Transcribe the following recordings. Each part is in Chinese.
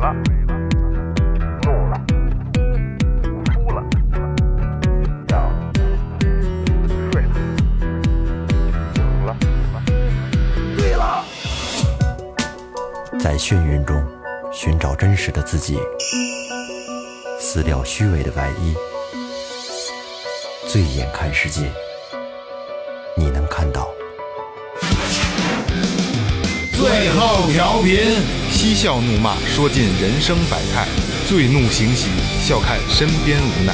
了，怒了，哭了，笑了，睡了，醒了，醉了。在眩晕中寻找真实的自己，撕掉虚伪的外衣，醉眼看世界，你能看到。最后调频，嬉笑怒骂，说尽人生百态；醉怒行喜，笑看身边无奈。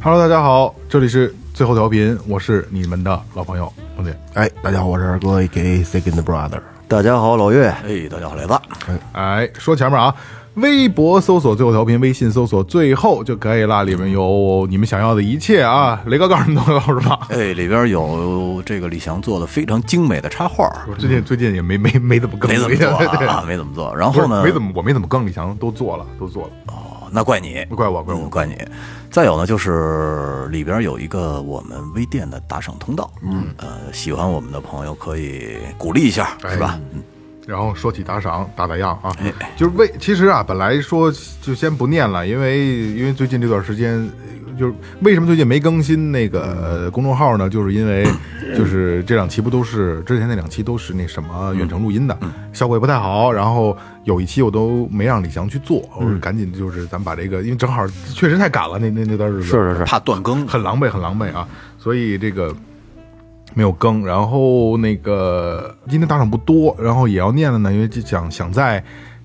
Hello，大家好，这里是最后调频，我是你们的老朋友孟姐。哎，大家好，我是二哥，A.K.A. Second Brother。大家好，老岳，哎，大家好，雷子，哎，说前面啊，微博搜索最后调频，微信搜索最后就可以啦，里面有你们想要的一切啊。雷哥告诉你 们都有什么？哎，里边有这个李翔做的非常精美的插画，我最近最近也没没没怎么更，没怎么做对啊，没怎么做。然 不后是呢，没怎么，我没怎么更，李翔都做了，都做了。哦，那怪你，怪我怪我嗯怪你。再有呢，就是里边有一个我们微店的打赏通道，嗯，呃，喜欢我们的朋友可以鼓励一下，是吧？哎然后说起打赏，打打样啊，哎就是为其实啊，本来说就先不念了，因为因为最近这段时间，呃就是为什么最近没更新那个呃公众号呢？就是因为就是这两期不都是之前那两期都是那什嗯么远程录音的，效果也不太好。然后有一期我都没让李翔去做，我嗯说赶紧就是咱们把这个，因为正好确实太赶了，那那那段日子是是是，怕断更，很狼狈，很狼狈啊，所以这个没有更。然后那个今天打赏不多，然后也要念了呢，因为就想想在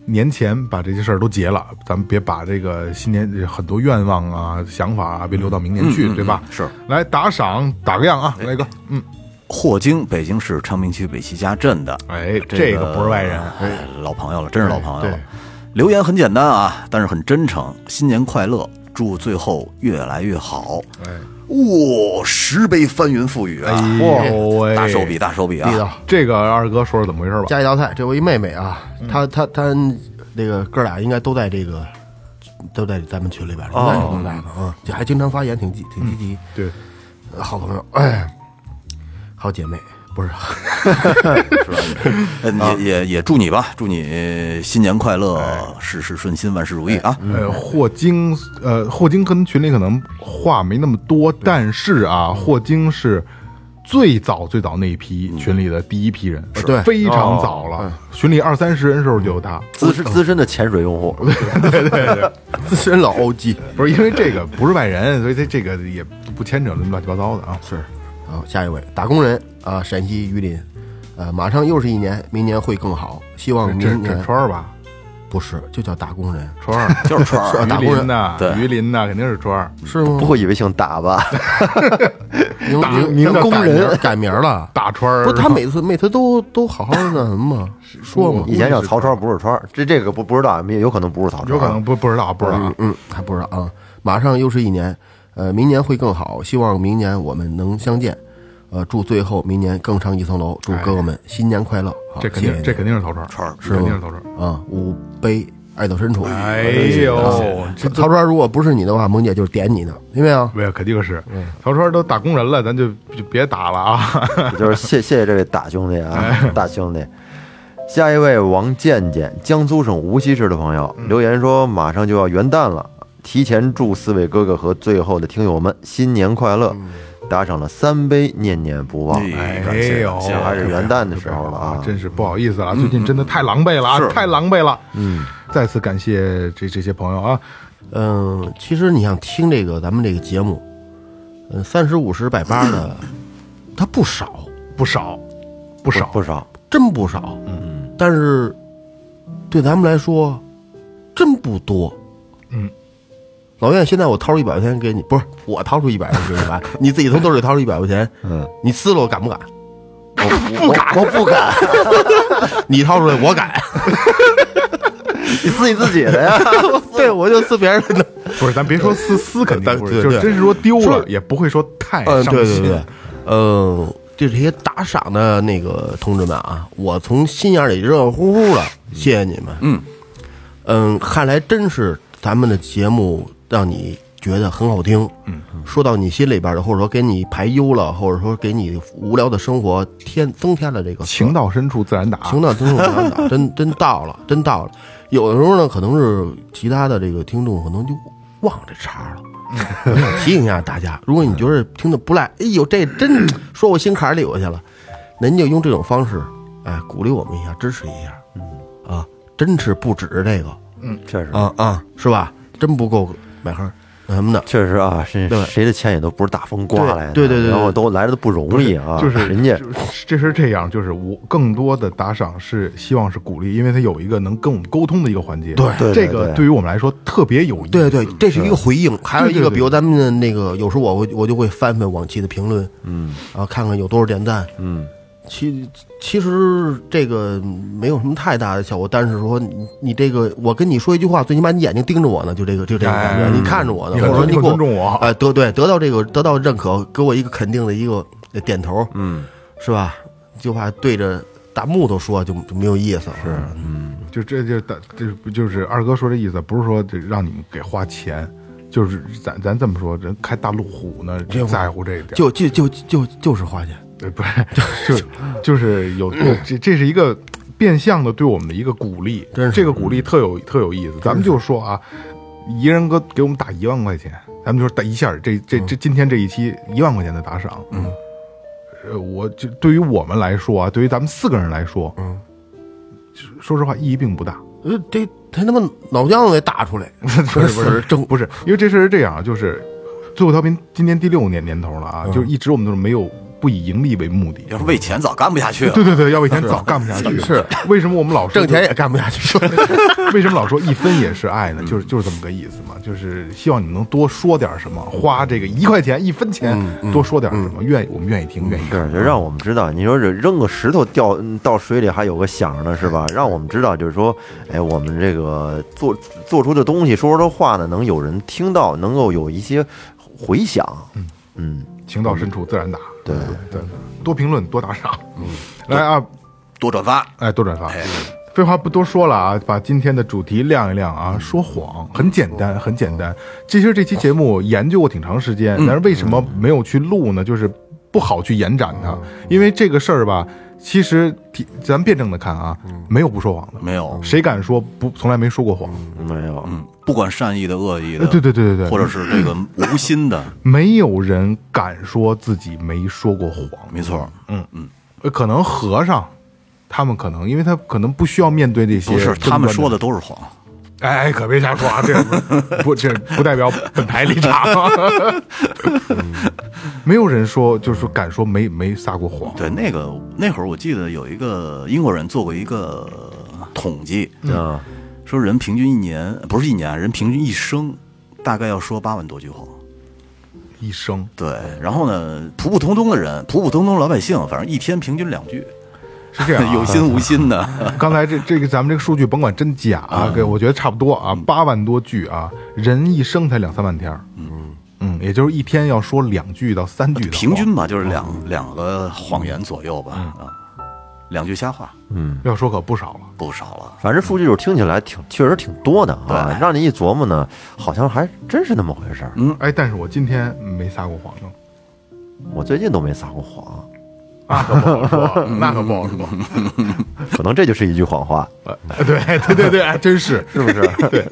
年前把这些事儿都结了，咱们别把这个新年很多愿望啊、想法啊，别留到明年嗯去，对吧？是。来打赏，打个样啊，来哥，嗯，霍京，北京市昌平区北齐家镇的，哎这这个不是外人哎老朋友了，真是老朋友了对。留言很简单啊，但是很真诚。新年快乐，祝最后越来越好。哎，哇、十杯翻云覆雨啊！呦喂哎大手笔，大手笔地啊！道。这个二哥说说怎么回事吧？加一道菜，这我一妹妹啊，她她她那个哥俩应该都在这个，都在咱们群里边，应该是都在的啊，这还经常发言，挺积挺积极，对，呃好朋友，哎，好姐妹，不是， 嗯啊也也也祝你吧，祝你新年快乐，哎事事顺心，万事如意啊！呃，霍金，呃，霍金跟群里可能话没那么多，但是啊，霍金是最早最早那一批群里的第一批人，对非常早了，群里二三十人时候就有他。嗯资深资深的潜水 用户，资深老 OG。不是因为这个不是外人，所以他这个也不牵扯乱七八糟的啊。是，好，下一位打工人啊，陕西榆林，呃，马上又是一年，明年会更好，希望这明这年川儿吧，不是就叫打工人，川儿就是川是儿啊，打榆工人林呐，对榆林呐，肯定是川儿。是吗不？会以为姓 打吧？明打明名叫明打工名儿人改名儿了，大川儿，不是他每次每次都都好好的那什 么吗说嘛，嗯以前叫曹川，不是川儿，这这个不不知道，也有可能不是曹川，有可能不不知道，不知道啊。嗯，还不知道啊，马上又是一年，呃，明年会更好，希望明年我们能相见。呃，祝最后明年更上一层楼，祝哥哥们新年快乐！好，哎这肯定谢谢，你这肯定是曹川儿，川儿肯定是曹川儿。啊，五杯爱到深处。啊哎呦，曹曹川，如果不是你的话，萌姐就是点你呢，因为啊，没有，肯定是嗯曹川儿都打工人了，咱就就别打了啊。 就是谢谢谢这位大兄弟啊，大兄弟。下一位王健健，江苏省无锡市的朋友留言说，马上就要元旦了，提前祝四位哥哥和最后的听友们新年快乐，打赏了三杯，念念不忘。哎哎感谢呦感谢还是元旦的时候了啊啊，，真是不好意思了，最近真的太狼狈了啊，太狼狈了。嗯，再次感谢这这些朋友啊，嗯、其实你想听这个咱们这个节目，嗯、三十五十百八的，它不少，不少，不少，不少，真不少，嗯，但是对咱们来说真不多，嗯。老岳，现在我掏出一百块钱给你，不是我掏出一百块钱给你吧？你自己从兜里掏出一百块钱，嗯，你撕了我敢不敢？不敢，我不 敢，你掏出来 我敢，你自己自己的呀，对我就撕别人的。不是，咱别说撕撕，肯定不是，对对就是真是说丢了说，也不会说太嗯，伤对对心对。，嗯，就这些打赏的那个同志们啊，我从心眼里热乎乎的，谢谢你们。嗯嗯，看来真是咱们的节目让你觉得很好听，嗯，说到你心里边的，或者说给你排忧了，或者说给你无聊的生活添增添了这个情到深处自然打，情到真处难打，啊 真真到了，真到了。有的时候呢，可能是其他的这个听众可能就忘了这茬 了。我想提醒一下大家，如果你觉得听的不赖，哎呦，这真说我心坎里头去了，您就用这种方式，哎，鼓励我们一下，支持一下，嗯啊，真是不止这个确实，啊啊，是吧？真不够买盒那什么的，确实啊，是对谁的钱也都不是大风刮来的，对对对对然后都来的都不容易啊，就是人家就是这是这样，就是我更多的打赏是希望是鼓励，因为它有一个能跟我们沟通的一个环节。对对对这个对对于我们来说特别有意义。对对，这是一个回应。还有一对对个，对比如咱们的那个，有时候我会我就会翻翻往期的评论，嗯，啊，看看有多少点赞，嗯。其其实这个没有什么太大的效果，但是说你你这个，我跟你说一句话，最起码你眼睛盯着我呢，就这个就这个感觉，哎你看着我呢，你很或者说尊你给很尊重我啊哎，得对，得到这个得到认可，给我一个肯定的一个点头，嗯，是吧？就怕对着大木头说就就没有意思了，是，就这就打这不就是二哥说这意思，不是说这让你们给花钱，就是咱咱这么说，人开大路虎呢，这不在乎这一点。就就就就就是花钱，呃不是，就就是有这这是一个变相的对我们的一个鼓励真，是这个鼓励特有特有意思。咱们就说啊，一人哥给我们打一万块钱，咱们就说打一下儿这这这今天这一期一万块钱的打赏，嗯，呃，我就对于我们来说啊，对于咱们四个人来说，嗯，说实话意义并不大，呃，这他他妈脑浆子给打 出来，不不是不是正不是，因为这事儿是这样，啊就是最后调频今年第六年年头了啊，就一直我们都是没有不以盈利为目的。要是为钱早干不下去了。啊对对对，要不以前早干不下 去。是为什么我们老说挣钱也嗯干不下去。 为什么老说一分也是爱呢？就是就是这么个意思嘛，就是希望你们能多说点什么，花这个一块钱一分钱嗯多说点什么，愿意我们愿意听，愿意看是就让我们知道，你说这扔个石头掉嗯到水里还有个响呢，是吧？让我们知道，就是说，哎，我们这个做做出的东西，说出的话呢，能有人听到，能够有一些回响。嗯，情到深处自然打。对对，多评论多打赏，嗯来啊，多转发，哎，多转发。废话不多说了啊，把今天的主题亮一亮啊！嗯说谎很简单，很简单。其实这期节目研究过挺长时间，嗯但是为什么没有去录呢？就是不好去延展嗯它，因为这个事儿吧，其实挺咱辩证的看啊，没有不说谎的，嗯没有，谁敢说不从来没说过谎？没有，嗯，不管善意的、恶意的，呃对对对对对或者是这个无心的，没有人敢说自己没说过谎。没错，呃可能和尚，他们可能，因为他可能不需要面对这些。不是他们说的。都是谎，哎，可别瞎说啊！这不不，这不代表本台立场。嗯没有人说，就是说敢说没没撒过谎。对，那个那会儿我记得有一个英国人做过一个统计，嗯，说人平均一年不是一年，人平均一生大概要说八万多句谎。一生对，然后呢，普普通通的人，普普通通老百姓，反正一天平均两句，是这样、啊， 有心 无心的。刚才这这个咱们这个数据甭管真假嗯啊，给我觉得差不多啊，八万多句啊，人一生才两三万天儿，嗯嗯，也就是一天要说两句到三句的话，嗯平均吧，就是两、两个谎言左右吧，啊，两句瞎话要说可不少了。不少了。反正数据就是听起来挺，确实挺多的啊，让你一琢磨呢，好像还真是那么回事儿。嗯哎，但是我今天没撒过谎 呢，我最近都没撒过谎，那可不好说，嗯那可不好说。可能这就是一句谎话。嗯呃 对对对对，还真是，是不是？对。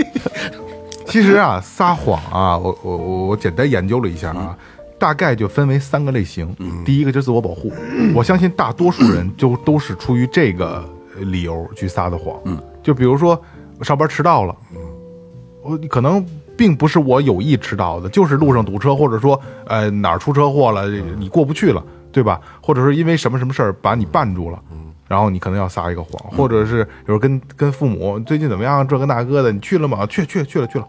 其实啊，撒谎啊，我我我我简单研究了一下啊，大概就分为三个类型。第一个就是自我保护，我相信大多数人就都是出于这个呃理由去撒的谎。嗯，就比如说我上班迟到了，我可能并不是我有意迟到的，就是路上堵车，或者说呃哪儿出车祸了，你过不去了，对吧？或者是因为什么什么事儿把你绊住了，然后你可能要撒一个谎，或者是有时候跟跟父母最近怎么样，这个那个的，你去了吗？去去去了去了，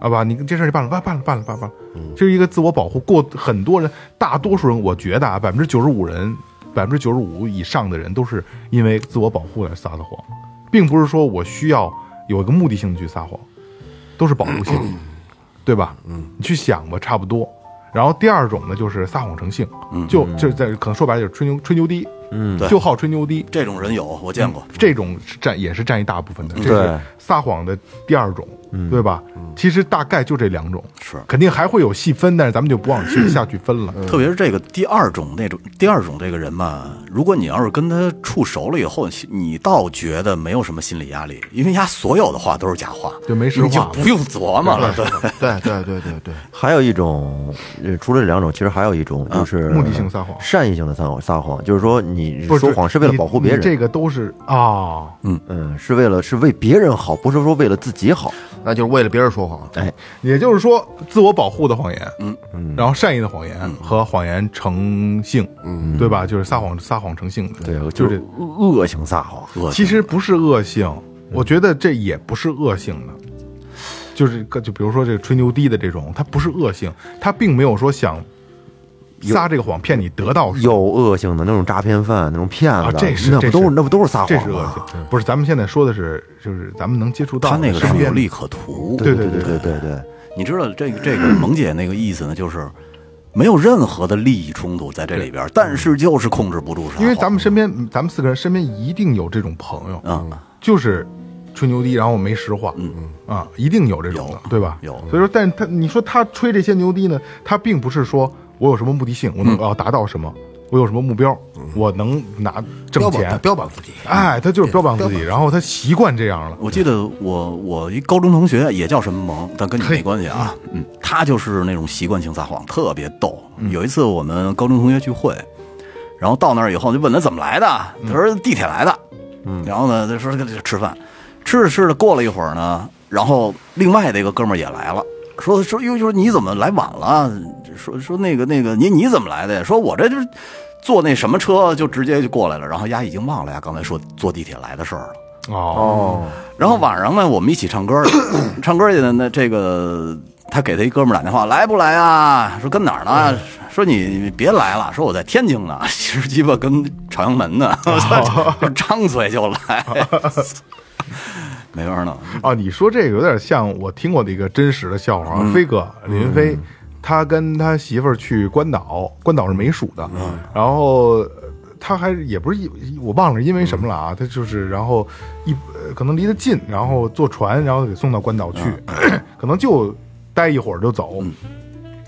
啊吧，你这事儿你办了，办办了办了办了办了，这是一个自我保护。过很多人，大多数人，我觉得啊，百分之九十五人，百分之九十五以上的人都是因为自我保护来撒的谎，并不是说我需要有一个目的性的去撒谎。都是保护性，对吧？嗯，你去想吧，差不多。然后第二种呢，就是撒谎成性，就就在可能说白了就是吹牛吹牛逼，嗯对就好吹牛逼。这种人有，我见过。这种是占也是占一大部分的，这对嗯是撒谎的第二种，对吧？其实大概就这两种，是肯定还会有细分，但是咱们就不往去下去分嗯了。特别是这个第二种那种第二种这个人吧，如果你要是跟他处熟了以后，你倒觉得没有什么心理压力，因为他所有的话都是假话，就没实话你就不用琢磨了。对，对对对对对，还有一种，呃，除了这两种，其实还有一种就是啊目的性撒谎善意性的撒谎，撒谎就是说你不是说谎是为了你保护别人，你这个都是啊，嗯，是为了是为别人好，不是说为了自己好。那就是为了别人说谎。哎，也就是说自我保护的谎言，嗯嗯，然后善意的谎言和谎言成性，嗯，对吧？就是撒谎撒谎成性的，对，就哎就是是恶性嗯撒谎，恶其实不是恶性，我觉得这也不是恶性的，就是个就比如说这个吹牛逼的这种，它不是恶性，它并没有说想撒这个谎骗你得到什么有恶性的那种诈骗犯、那种骗子，啊，这是那这不都是那不都是撒这是谎恶吗？性，不是咱们现在说的是就是咱们能接触到他那个身是有边利可图。对对对对对对，你知道这个这个萌姐那个意思呢，就是没有任何的利益冲突在这里边，但是就是控制不住撒谎因为咱们身边，咱们四个人身边一定有这种朋友，嗯，就是吹牛逼，然后没实话，嗯嗯啊，一定有这种的，对吧？有所以说，但是他你说他吹这些牛逼呢，他并不是说我有什么目的性，我能我要达到什么，我有什么目标，我能拿挣标榜他钱，标榜自己，哎，他就是标榜自己，然后他习惯这样了，我记得我我一高中同学也叫什么萌，但跟你没关系啊。嗯，他就是那种习惯性撒谎，特别逗。有一次我们高中同学聚会，然后到那儿以后就问他怎么来的，他说地铁来的。嗯，然后呢，他说这吃饭，吃着吃着过了一会儿呢，然后另外的一个哥们儿也来了。说说又说你怎么来晚了？说说那个那个你你怎么来的呀？说我这就是坐那什么车就直接就过来了，然后丫已经忘了呀刚才说坐地铁来的事儿了。哦，然后晚上呢，我们一起 唱歌去，唱歌去呢，那这个他给他一哥们儿打电话，来不来啊？说跟哪儿呢？说你别来了，说我在天津呢， 其实鸡巴跟朝阳门呢，哦 张嘴就来， 没法弄。啊，你说这个有点像我听过的一个真实的笑话啊，飞哥李云飞，他跟他媳妇儿去关岛，关岛是梅属的，然后呃他还也不是一我忘了是因为什么了啊，他就是然后一呃可能离得近，然后坐船，然后给送到关岛去， 可能就待一会儿就走。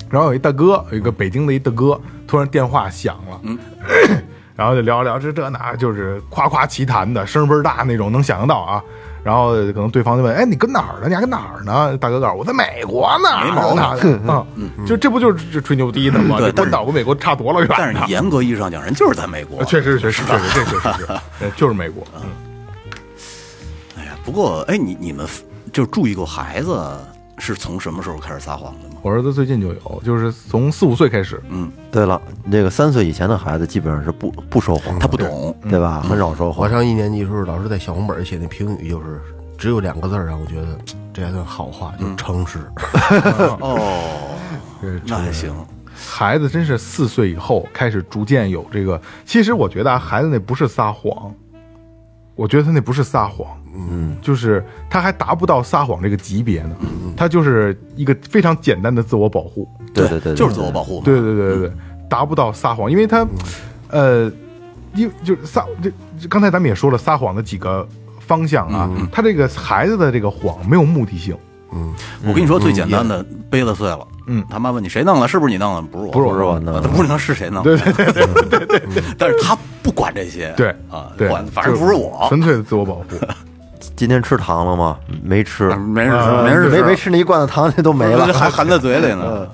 然后有一大哥，有一个北京的一大哥，突然电话响了，嗯 然后就聊聊这这那，就是夸夸其谈的，声儿倍儿大那种，能想象到啊。然后可能对方就问：“哎，你跟哪儿呢？你还跟哪儿呢？”大哥告诉我：“我在美国呢。”没毛病嗯病啊！就这不就是这吹牛逼的吗？对这关岛跟美国差多了远但呢是严格意义上讲，人就是在美国，确实，确实，确实，这确实是， 呃就是美国。嗯哎呀，不过哎，你你们就是注意过孩子是从什么时候开始撒谎的吗？我儿子最近就有，就是从四五岁开始，对了，这个三岁以前的孩子基本上是不不说谎，嗯他不懂，对吧？嗯很少说我谎。上一年级的时候，老师在小红本上写那评语就是只有两个字儿让我觉得这还算好话，就是嗯诚实。哦，那还行，孩子真是四岁以后开始逐渐有这个。其实我觉得啊，孩子那不是撒谎，我觉得他那不是撒谎，嗯，就是他还达不到撒谎这个级别呢，嗯他就是一个非常简单的自我保护。对对对，就是自我保护嘛。对对对对对，达不到撒谎，因为嗯他，呃，因就是撒这这刚才咱们也说了撒谎的几个方向啊，嗯他这个孩子的这个谎没有目的性，我跟你说最简单的，杯子碎了，嗯他妈问你谁弄的，是不是你弄的？不是我，不是我不是我弄啊的他不知道是谁弄的，嗯对对对对但是他不管这些，对啊，对管，反正就不是我，纯粹的自我保护。今天吃糖了吗？没吃，没人啊没人没没吃那一罐子糖，那都没 了。还含在嘴里呢。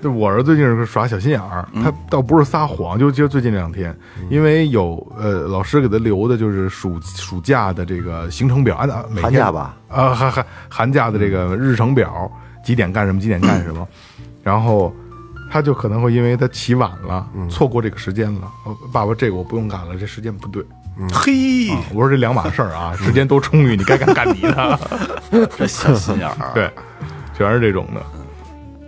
对，我儿子最近是耍小心眼儿，嗯他倒不是撒谎，就就最近这两天，因为有呃老师给他留的就是暑暑假的这个行程表，按按每天寒假吧，啊寒寒寒假的这个日程表，几点干什么，几点干什么，然后他就可能会因为他起晚了，嗯错过这个时间了，哦爸爸这个我不用赶了，这时间不对。嘿，啊我说这两码事儿啊，时间都充裕，你该干干你的， 这小心眼儿，对，全是这种的。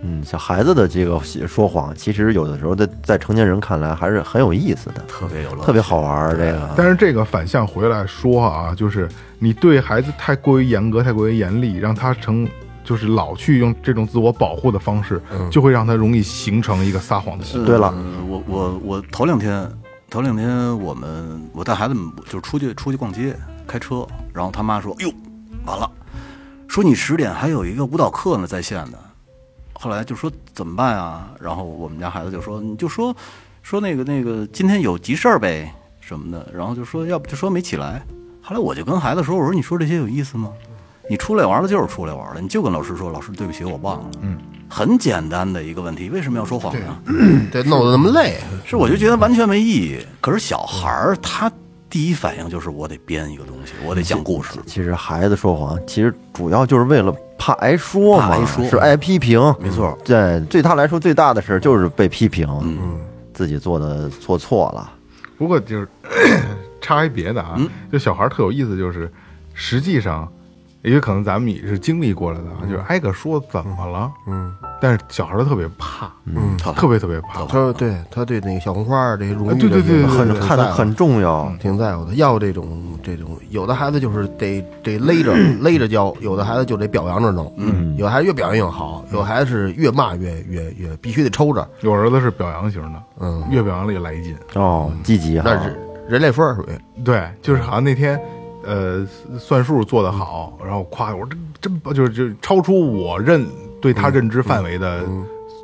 嗯，小孩子的这个说谎，其实有的时候在在成年人看来还是很有意思的，特别有乐，特别好玩儿。这个但是这个反向回来说啊，就是你对孩子太过于严格、太过于严厉，让他成就是老去用这种自我保护的嗯方式，就会让他容易形成一个撒谎的习惯。对了呃我我我头两天头两天我们我带孩子们就是出去出去逛街，开车，然后他妈说：“哟，完了，说你十点还有一个舞蹈课呢，在线的。”后来就说怎么办啊？然后我们家孩子就说：“你就说说那个那个，今天有急事儿呗什么的。”然后就说要不就说没起来。后来我就跟孩子说：“我说你说这些有意思吗？你出来玩了就是出来玩了，你就跟老师说，老师对不起，我忘了。”嗯，很简单的一个问题，为什么要说谎呢？嗯 对，弄得那么累，是，我就觉得完全没意义。可是小孩儿他第一反应就是我得编一个东西，我得讲故事。其实孩子说谎，其实主要就是为了怕挨说嘛，怕挨说是挨批评。没错，对，对他来说最大的事儿就是被批评，嗯，自己做的做错了，不过就是 插一别的啊，就小孩儿特有意思，就是实际上，也有可能咱们也是经历过来的啊，就是挨个说怎么了，嗯，但是小孩儿都特别怕，嗯，特别特别怕，他说对，他对那个小红花儿这些荣哎誉对这对对些对很对对看在得乎很重要。挺在乎的。要这种这种，有的孩子就是得得勒 着勒着教，有的孩子就得表扬着弄。嗯，有的孩子越表扬越好，有的孩子是越骂越越越必须得抽着。有儿子是表扬型的，嗯，越表扬了越来劲。哦，积极哈那，是人类分儿属于对，就是好像那天，呃，算数做得好，然后夸我这真棒就是就是超出我认对他认知范围的，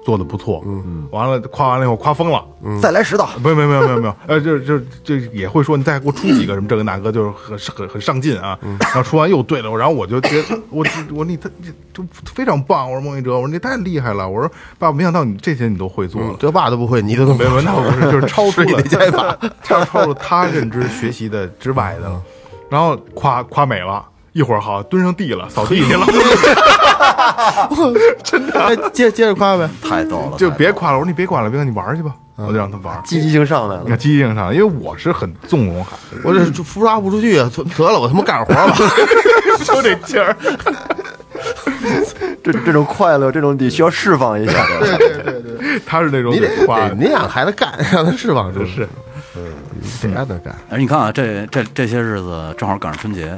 做的不错。嗯，完了夸完了以后夸疯了，再来十道，没有没有没有没有没有，呃，就是就是就也会说你再给我出几个什么这个那个，就是很很很上进啊。然后说完又对了，然后我就觉得 我我你他你就非常棒，我说孟一哲，我说你太厉害了，我说爸，没想到你这些你都会做了。这爸都不会，你都嗯没没 有，那我不是，就是超出是你了的加一 把超超出了他认知学习的之外的了，嗯然后夸夸美了，一会儿好蹲上地了，扫地去了，哎接接着夸呗。太逗 了，就太别逗了夸了，我说你别夸了，别管你玩去吧，嗯我就让他玩儿。积极性上来你看了。机性上，因为我是很纵容孩子，我这不抓不出去啊！得了，我他妈干活 吧。就这劲儿。这这种快乐，这种得需要释放一下。 他是那种你得夸得，你让孩子干，让他释放出去。是，得让他干。哎，你看啊，这这这些日子正好赶上春节。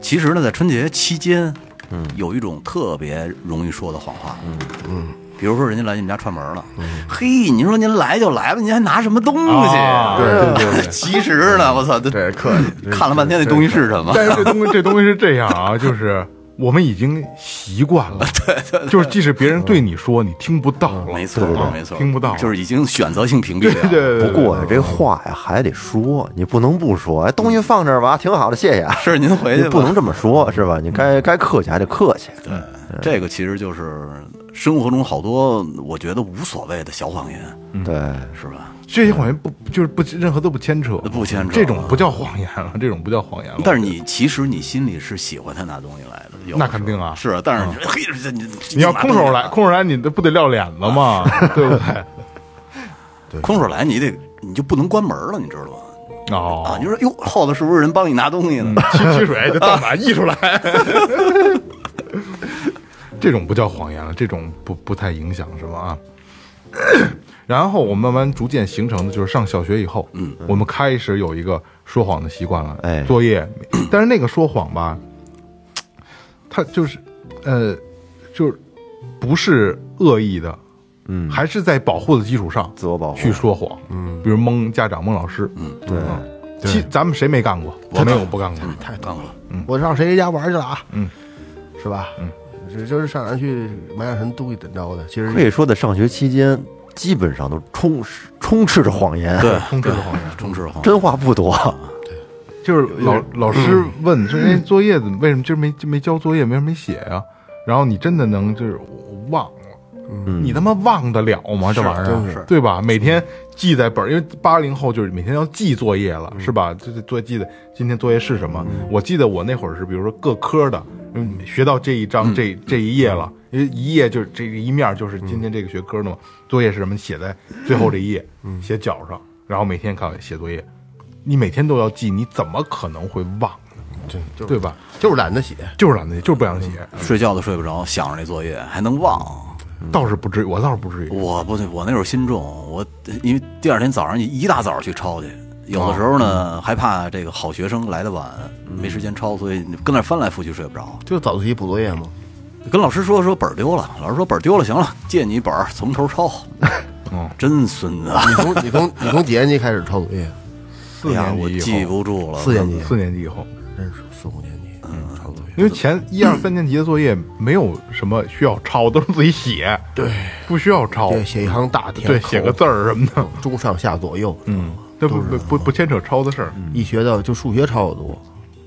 其实呢，在春节期间，嗯，有一种特别容易说的谎话，嗯嗯，比如说人家来你们家串门了，嗯嘿，您说您来就来了，您还拿什么东西？啊对对对，其实呢，我操，这这客气，看了半天那东西是什么？但是这东西这东西是这样啊，就是我们已经习惯 了，就是即使别人对你说，你听不到嗯了，没错啊，没错，听不到了，就是已经选择性屏蔽对了。对对。对不过呀，这话呀还得说，你不能不说。哎，东西放这儿吧，挺好的，谢谢啊。是您回去你吧不能这么说，是吧？你嗯该该客气还得客气。这个其实就是生活中好多我觉得无所谓的小谎言，对，是吧？这些谎言不就是不任何都不牵扯，不牵扯这种不叫谎言了，这种不叫谎言了。但是你其实你心里是喜欢他拿东西来的，有的那时候肯定啊是，但是你嘿，这你你要空手来，空空手来你这不得撂脸子 吗？对不对？空手来，你得你就不能关门了，你知道吗？啊，哦你，说哟，后头是不是有人帮你拿东西呢？提提 水就到哪溢出来，这种不叫谎言了，这种不不太影响什么啊。 然后我们慢慢逐渐形成的就是上小学以后，嗯，我们开始有一个说谎的习惯了。哎作业，但是那个说谎吧，他就是，呃，就是不是恶意的，嗯，还是在保护的基础上自我保护去说谎，嗯，比如蒙家长、蒙老师，嗯，对，其咱们谁没干过？我没有不干过。太刚了，我上谁谁家玩去了啊？嗯，是吧？嗯，这就是上哪儿去买点什么东西怎么着的？其实可以说在上学期间，基本上都充斥充斥着谎言， 对，充斥着谎言，充斥着谎言，真话不 多。 就是老老师问说：“哎，作业怎么为什么今儿没没交作业，为什么没写呀、然后你真的能就是我忘了。你他妈忘得了吗？这玩意真儿是，对吧？每天记在本儿，因为八零后就是每天要记作业了，是吧？这这作业记得今天作业是什么？我记得我那会儿是，比如说各科的，嗯，学到这一章这这一页了，因为一页就是这一面就是今天这个学科的嘛。作业是什么？写在最后这一页，写脚上，然后每天看写作业。你每天都要记，你怎么可能会忘呢？对，就是对吧？就是懒得写，就是懒得写，就是不想写，睡觉都睡不着，想着那作业还能忘。倒是不至于，我倒是不至于。我不对，我那会儿心重，我因为第二天早上一大早去抄去，有的时候哦呢还怕这个好学生来的晚，嗯没时间抄，所以跟那儿翻来覆去睡不着。就早自习补作业嘛。 跟老师说说本儿丢了，老师说本儿丢了，行了，借你一本儿从头抄。嗯真孙子！你从你从你从几年级开始创作业？四哎呀，年我级记以后，不住了。四年级，四年级以后，真是四五年级，嗯，创作业。因为前一二三年级的作业没有什么需要抄，都是自己写，对，不需要抄，对，写一行大题，哦对，写个字儿什么的，中上下左右，嗯，这不不不不牵扯抄的事儿，一学到就数学抄的多，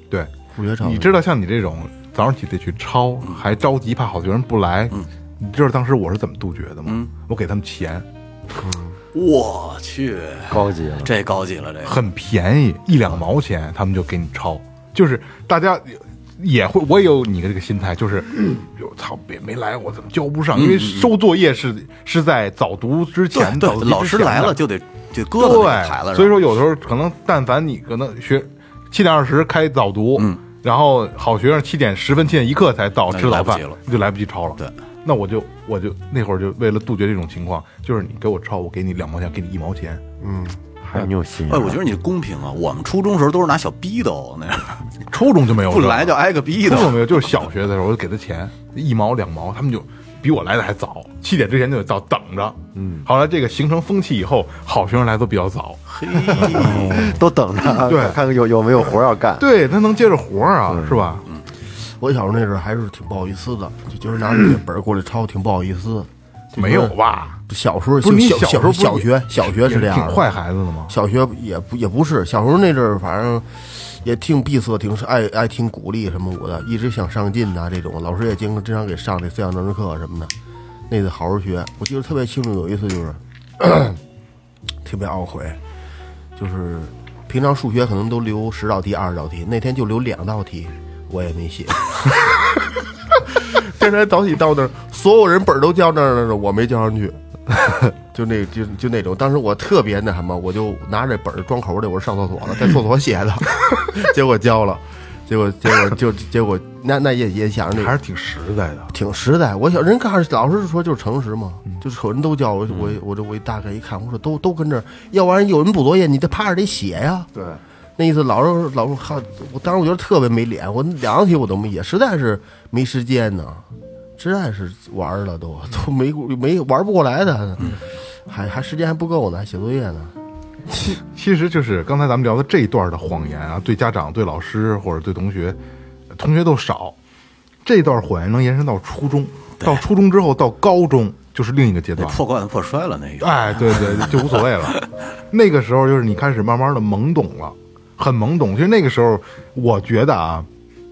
对，数学抄得你多知道像你这种早上起得去抄，还着急怕好学生不来，你知道当时我是怎么杜绝的吗？我给他们钱，我去，高级了。这高级了，这个嗯很便宜，一两毛钱他们就给你抄，就是大家。也会，我也有你的这个心态， 就是，我操，别没来，我怎么交嗯不上？因为收作业是是在早读之前，对早自，对习之老师前来的了就得就搁到那个台子上。所以说有时候可能，但凡你可能学七点二十开早读，嗯，然后好学生七点十分、七点一刻才到那吃就来早不饭及了，你就来不及抄了。对，那我就我就那会儿就为了杜绝这种情况，就是你给我抄，我给你两毛钱，给你一毛钱。还有心眼哎，儿，我觉得你公平啊！我们初中时候都是拿小逼斗，那样初中就没有不这个来就挨个逼初斗。中没有，就是小学的时候我就给他钱，一毛两毛，他们就比我来的还早，七点之前就得到等着。嗯，后来这个形成风气以后，好学生来都比较早。嘿，都等嗯着，对看看有有没有活儿要干。对他能接着活儿啊，是吧？我小时候那阵儿还是挺不好意思的，就就是拿那个本儿过来抄，挺不好意思。就没有是吧？小时候不是你小小时候不嗯是小也学小学是这样的挺坏孩子的吗？小学也不也不是，小时候那阵儿反正也挺闭塞，挺爱爱听鼓励什么我的，一直想上进呐、这种。老师也经经常给上这思想政治课什么的，那得好好学。我记得特别清楚，有一次就是 特别懊悔，就是平常数学可能都留十道题、二十道题，那天就留两道题，我也没写。 第二天早起到那儿，所有人本儿都交那儿了，我没交上去。就那就就那种，当时我特别那什么，我就拿着本儿装口里，我是上厕所了，在厕所写的， 结果交了，结果结果就结果那那也也想着那还是挺实在的。挺实在。我嗯想人看老师说就是诚实嘛，就是瞅人都教我，我我这我一大概一看，我说都都跟这儿，要不然有人补作业，你得趴着得写呀。对，那意思老师老师看我，当时我觉得特别没脸，我两道题我都没写，实在是没时间呢，实在是玩儿了嗯都 都没没玩不过来的，还还时间还不够呢，还写作业呢。其实就是刚才咱们聊的这一段的谎言啊，对家长、对老师或者对同学，同学都少。这段谎言能延伸到初中，到初中之后到高中就是另一个阶那段。破罐子破摔了，那个。哎，对对，就无所谓了。那个时候就是你开始慢慢的懵懂了，很懵懂。其实那个时候，我觉得啊，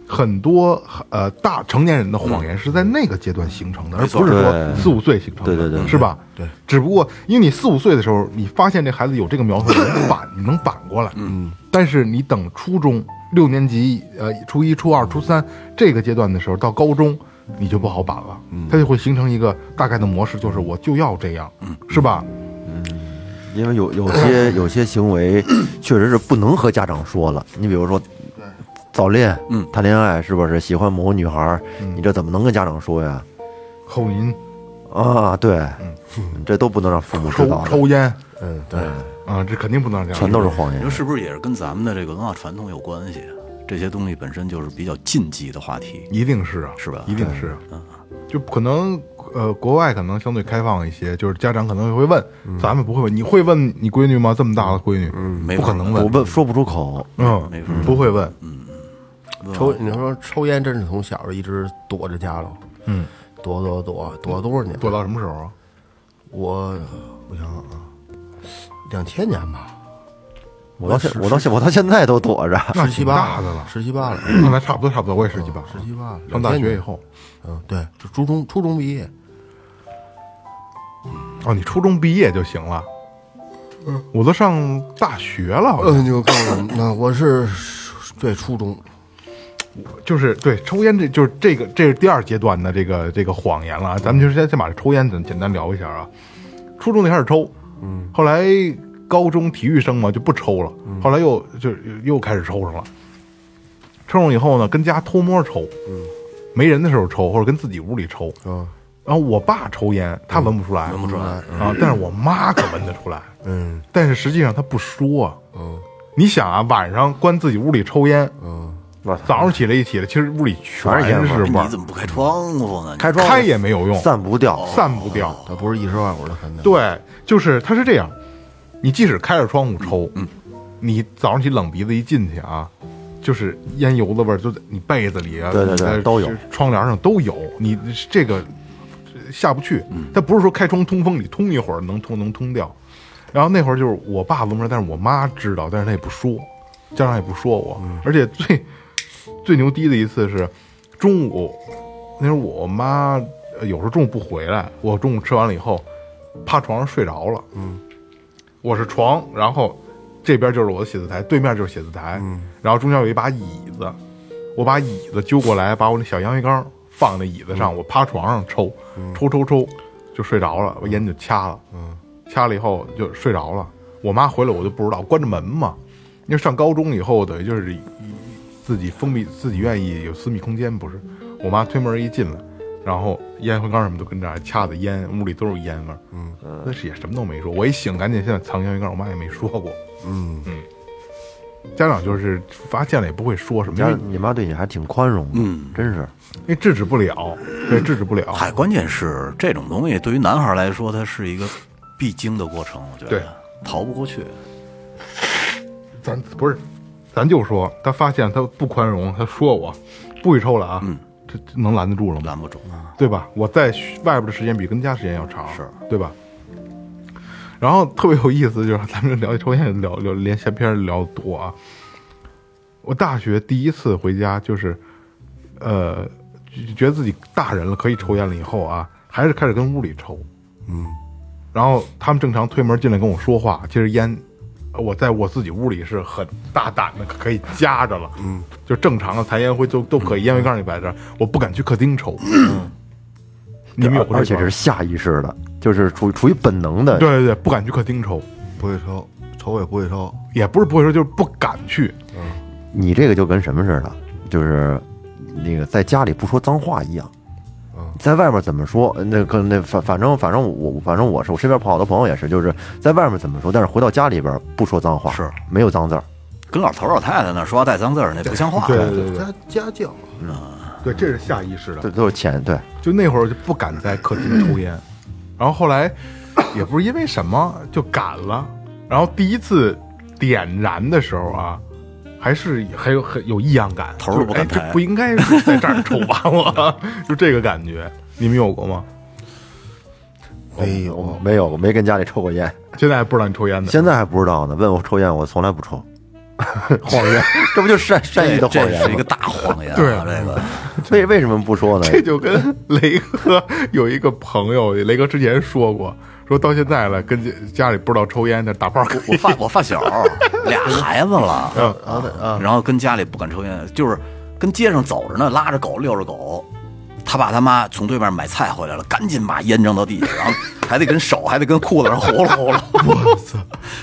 很多呃大成年人的谎言是在那个阶段形成的，而不是说对四五岁形成的，对对对是吧？对。只不过因为你四五岁的时候，你发现这孩子有这个苗头，你能反，你能反过来。嗯。但是你等初中六年级，呃，初一、初二、初三这个阶段的时候，到高中。你就不好板了，嗯它就会形成一个大概的模式，就是我就要这样，嗯是吧？因为有有些有些行 为确实是不能和家长说了。你比如说，早恋，嗯谈恋爱是不是喜欢某个女孩儿？你这怎么能跟家长说呀？口音、啊，对，嗯 这都不能让父母知道抽的，抽烟嗯，对，啊，这肯定不能这样，全都是谎你言说。是不是也是跟咱们的这个文化传统有关系？啊这些东西本身就是比较禁忌的话题，一定是啊，是吧一定是，就可能呃，国外可能相对开放一些，就是家长可能会问，咱们不会问，你会问你闺女吗？这么大的闺女，没不法可能我问，问说不出口，嗯没法，不会问，抽你说抽烟真是从小就一直躲着家了，嗯，躲躲躲躲多少年？躲到什么时候啊？我我想想啊，两千年吧，我到现我到现我到现在都躲 着。那十七挺八大的了，十七八了。那差不多，差不多，我也十七八， 十七八了，上大2000学以年，后，嗯，对，就初中初中毕业，哦，你初中毕业就行了，我都上大学了，好像嗯，就告诉我，那我是对初中，就是对抽烟这，就是这个，这是第二阶段的这个这个谎言了啊。咱们就先先把这抽烟简简单聊一下啊。初中就开始抽，嗯，后来高中体育生嘛就不抽了，后来又就又开始抽上了。抽上以后呢，跟家偷摸抽，嗯，没人的时候抽，或者跟自己屋里抽。啊，然后我爸抽烟，他闻不出来，闻不出来啊，但是我妈可闻得出来。嗯但是实际上他不说啊。嗯你想啊，晚上关自己屋里抽烟，嗯，我操早上起来一起来，其实屋里全全是烟味儿是味你儿怎，么不开窗户呢？开窗户哦开也没有用，散不掉，散不掉。它不是一时半会儿的很难。对，就是它是这样，你即使开着窗户抽，你早上起冷鼻子一进去啊，就是烟油子味儿，就在你被子里啊，对对对你在都有窗帘上都有，你这个下不去。嗯它不是说开窗通风，你通一会儿能通能通掉。然后那会儿就是我爸闻不着，但是我妈知道，但是她也不说，家长也不说我，嗯而且最最牛逼的一次是中午，那时候我妈呃有时候中午不回来，我中午吃完了以后，趴床上睡着了。嗯，我是床，然后这边就是我的写字台，对面就是写字台，然后中间有一把椅子，我把椅子揪过来，把我那小洋鱼缸放在椅子上，我趴床上抽，抽抽抽就睡着了，我眼睛就掐了。嗯，掐了以后就睡着了。我妈回来我就不知道，关着门嘛。因为上高中以后，等于就是自己封闭，自己愿意有私密空间，不是？我妈推门一进来，然后烟灰缸什么都跟这儿掐的烟，屋里都是烟味儿。嗯，那是也什么都没说。我一醒，赶紧现在藏烟灰缸，我妈也没说过。嗯嗯，家长就是发现了也不会说什么，因家为你妈对你还挺宽容的，嗯真是因为制止不了，对，制止不了。嗨，关键是这种东西对于男孩来说，它是一个必经的过程，我觉得对逃不过去。咱不是，咱就说他发现他不宽容，他说我不许抽了啊，这这能拦得住了吗？拦不住啊！对吧？我在外边的时间比跟家时间要长，是对吧？然后特别有意思，就是咱们聊抽烟聊聊连闲篇儿聊得多啊。我大学第一次回家，就是呃，就觉得自己大人了，可以抽烟了以后啊，还是开始跟屋里抽，嗯。然后他们正常推门进来跟我说话，其实烟呃我在我自己屋里是很大胆的，可以夹着了，嗯，就正常的弹烟灰都都可以，烟灰缸里摆着，我不敢去客厅抽。你们有过而这且种是下意识的，就是处处于本能的，对对对，不敢去客厅抽，不会抽，抽也不会抽。也不是不会说，就是不敢去。你这个就跟什么似的，就是那个在家里不说脏话一样，嗯在外面怎么说，那跟那反反正反正我反正我是我身边好多朋友也是，就是在外面怎么说，但是回到家里边不说脏话，是没有脏字儿，跟老头儿老太太那儿说话带脏字儿，那不像话。啊对对，家家教，对，这是下意识的这。都是钱，对，就那会儿就不敢在客厅抽烟，然后后来也不是因为什么就敢了，然后第一次点燃的时候啊，还是很有很有异样感，头儿就都不是哎，敢这抬不应该是在这儿抽吧， 我就这个感觉，你们有过吗？哎没有，没有没跟家里抽过烟，现在还不知道你抽烟的，现在还不知道呢，问我抽烟，我从来不抽，谎言， 这不就善善意这的谎这言是一吗个？大谎言啊！对 这个为为什么不说呢？这就跟雷哥有一个朋友，雷哥之前说过，说到现在了，跟家家里不知道抽烟的打 炮可以我发我发小俩孩子了，啊然后跟家里不敢抽烟，就是跟街上走着呢，拉着狗遛着狗，他爸他妈从对面买菜回来了，赶紧把烟扔到地下，然后还得跟手还得跟裤子上糊了糊了。 我操！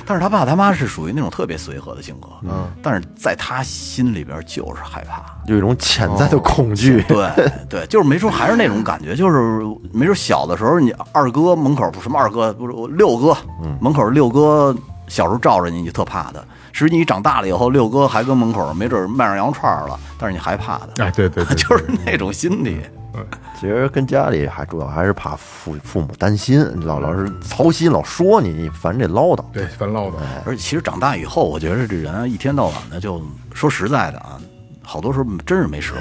但是他爸他妈是属于那种特别随和的性格，嗯，但是在他心里边就是害怕。有一种潜在的恐惧， 对对，就是没准还是那种感觉，就是没准小的时候，你二哥门口不是什么二哥，不是我六哥，嗯门口六哥小时候罩着你，你就特怕他。实际你长大了以后，六哥还跟门口没准卖上羊串儿了，但是你还怕他，哎，对对对，对 就是那种心理。 其实跟家里还主要还是怕父父母担心，老老是操心，老说你，你烦这唠叨。 对烦唠叨。而且其实长大以后，我觉得这人啊，一天到晚的就说实在的啊，好多时候真是 没实话。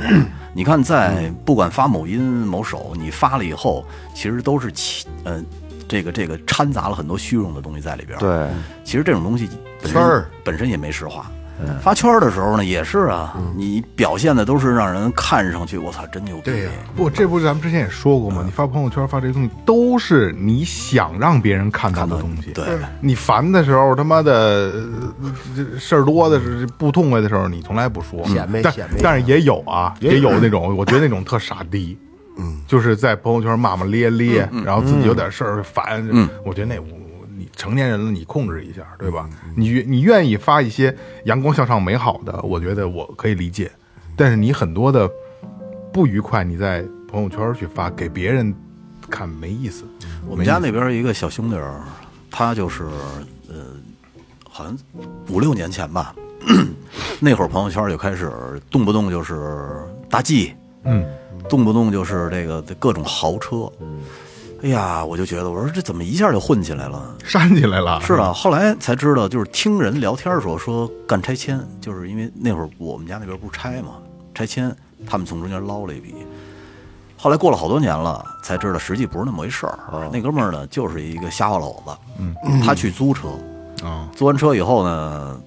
你看，在不管发某音、某手，你发了以后，其实都是其呃，这个这个掺杂了很多虚荣的东西在里边。对，其实这种东西本圈身儿本身也没实话。嗯发圈儿的时候呢，也是啊，你表现的都是让人看上去，我操，真牛逼！对呀、嗯不，这不是咱们之前也说过吗？你发朋友圈发这些东西，都是你想让别人看到的东西。对，你烦的时候，他妈的呃这事儿多的是不痛快的时候，你从来不说。显摆但显摆但是也有啊，也有那种，我觉得那种特傻逼。嗯， 就是在朋友圈骂骂咧咧，然后自己有点事儿烦，我觉得那我你成年人了，你控制一下，对吧？你你愿意发一些阳光向上、美好的，我觉得我可以理解。但是你很多的不愉快，你在朋友圈去发给别人看没意思。我们家那边一个小兄弟儿，他就是呃，好像五六年前吧， 那会儿朋友圈就开始动不动就是大 G，嗯，动不动就是这个各种豪车，嗯哎呀，我就觉得我说这怎么一下就混起来了？扇起来了，是啊，后来才知道，就是听人聊天说说干拆迁，就是因为那会儿我们家那边不是拆嘛，拆迁他们从中间捞了一笔。后来过了好多年了，才知道实际不是那么回事儿。那哥们儿呢，就是一个瞎话篓子，嗯，他去租车，啊，租完车以后呢，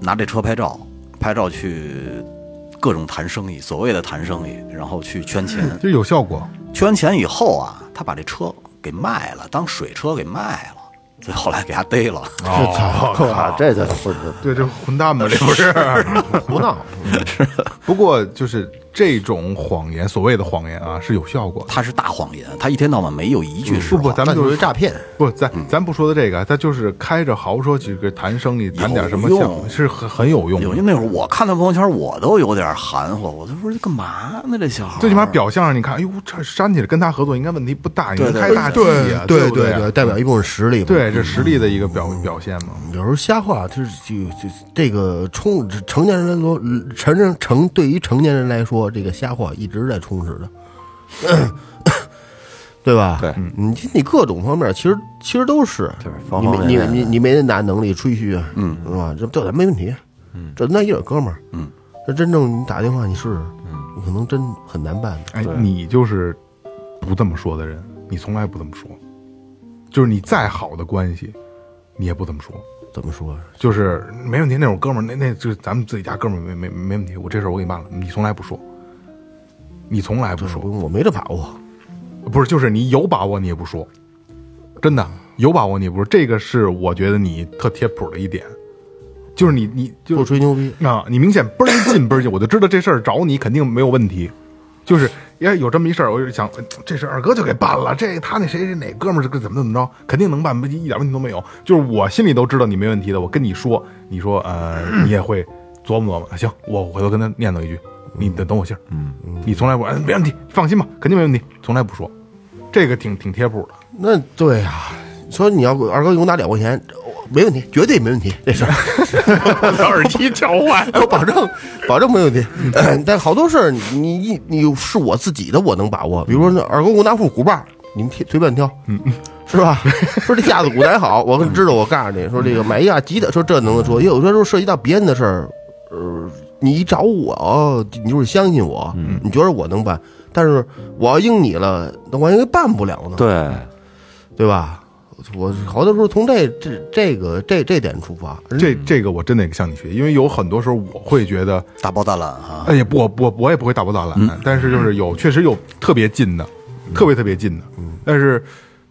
拿这车拍照，拍照去各种谈生意，所谓的谈生意，然后去圈钱， 就有效果。圈完钱以后啊，他把这车给卖了，当水车给卖了，所以后来给他逮了。哦，啊，这才混的。对，这混蛋嘛，这不是胡闹。 不过就是这种谎言，所谓的谎言啊，是有效果的。他是大谎言，他一天到晚没有一句是不嗯不，谎。咱们就是诈骗，不，咱咱不说的这个，他就是开着豪车去谈生意，谈点什么有项用是很很有用有的因。为那会儿我看他朋友圈，我都有点含糊，我就说这干嘛呢？这小孩儿最起码表象上你看，哎呦，这煽起来跟他合作应该问题不大，应该对开大 G 呀，对不对，对啊代表一部分实力嘛。对，这实力的一个表表现嘛。有时候瞎话就是就就这个充成年人来说，成人成对于成年人来说，这个瞎话一直在充斥着，对吧？嗯对，你你各种方面其实其实都是，方你方面没面你你你没拿能力吹嘘，嗯，是吧？这这没问题，嗯，这那一点哥们儿，嗯，这真正你打电话你试试，嗯你可能真很难办的。哎，你就是不这么说的人，你从来不这么说，就是你再好的关系，你也不这么说。怎么说？就是没问题，那种哥们儿，那那就是咱们自己家哥们儿，没没没问题。我这事儿我给你办了，你从来不说，你从来不不是说，我我没这把握，不是，就是你有把握你也不说，真的有把握你也不说，这个是我觉得你特贴谱的一点，就是你你就不是吹牛逼，啊，你明显嘣儿一进嘣儿一进，我就知道这事儿找你肯定没有问题。就是哎，有这么一事儿，我就想，哎这事儿二哥就给办了。这他那谁谁哪哥们儿这个怎么怎么着，肯定能办，没一点问题都没有。就是我心里都知道你没问题的，我跟你说，你说呃，你也会琢磨琢磨。行，我回头跟他念叨一句，你等等我信儿。嗯，你从来不，哎没问题，放心吧，肯定没问题，从来不说。这个挺挺贴谱的，那对呀、说你要二哥给我拿两块钱，我没问题，绝对没问题，这事儿。 耳机交换，哎我保证，保证没问题。 但好多事儿，你一你是我自己的，我能把握。比如说，那二哥给我拿副鼓棒，你们挑随便挑，嗯，是吧？说这架子鼓哪好，我跟知道，我告诉你说这个买一架吉他，说这能说，有的时候涉及到别人的事儿，呃，你一找我，哦你就是相信我，你觉得我能办，但是我要应你了，那万一办不了呢？对，对吧？我好多时候从这这这个这这点出发，这这个我真得向你学，因为有很多时候我会觉得。大包大揽啊，哎呀，不，我我我也不会大包大揽，但是就是有，确实有特别近的，特别特别近的。但是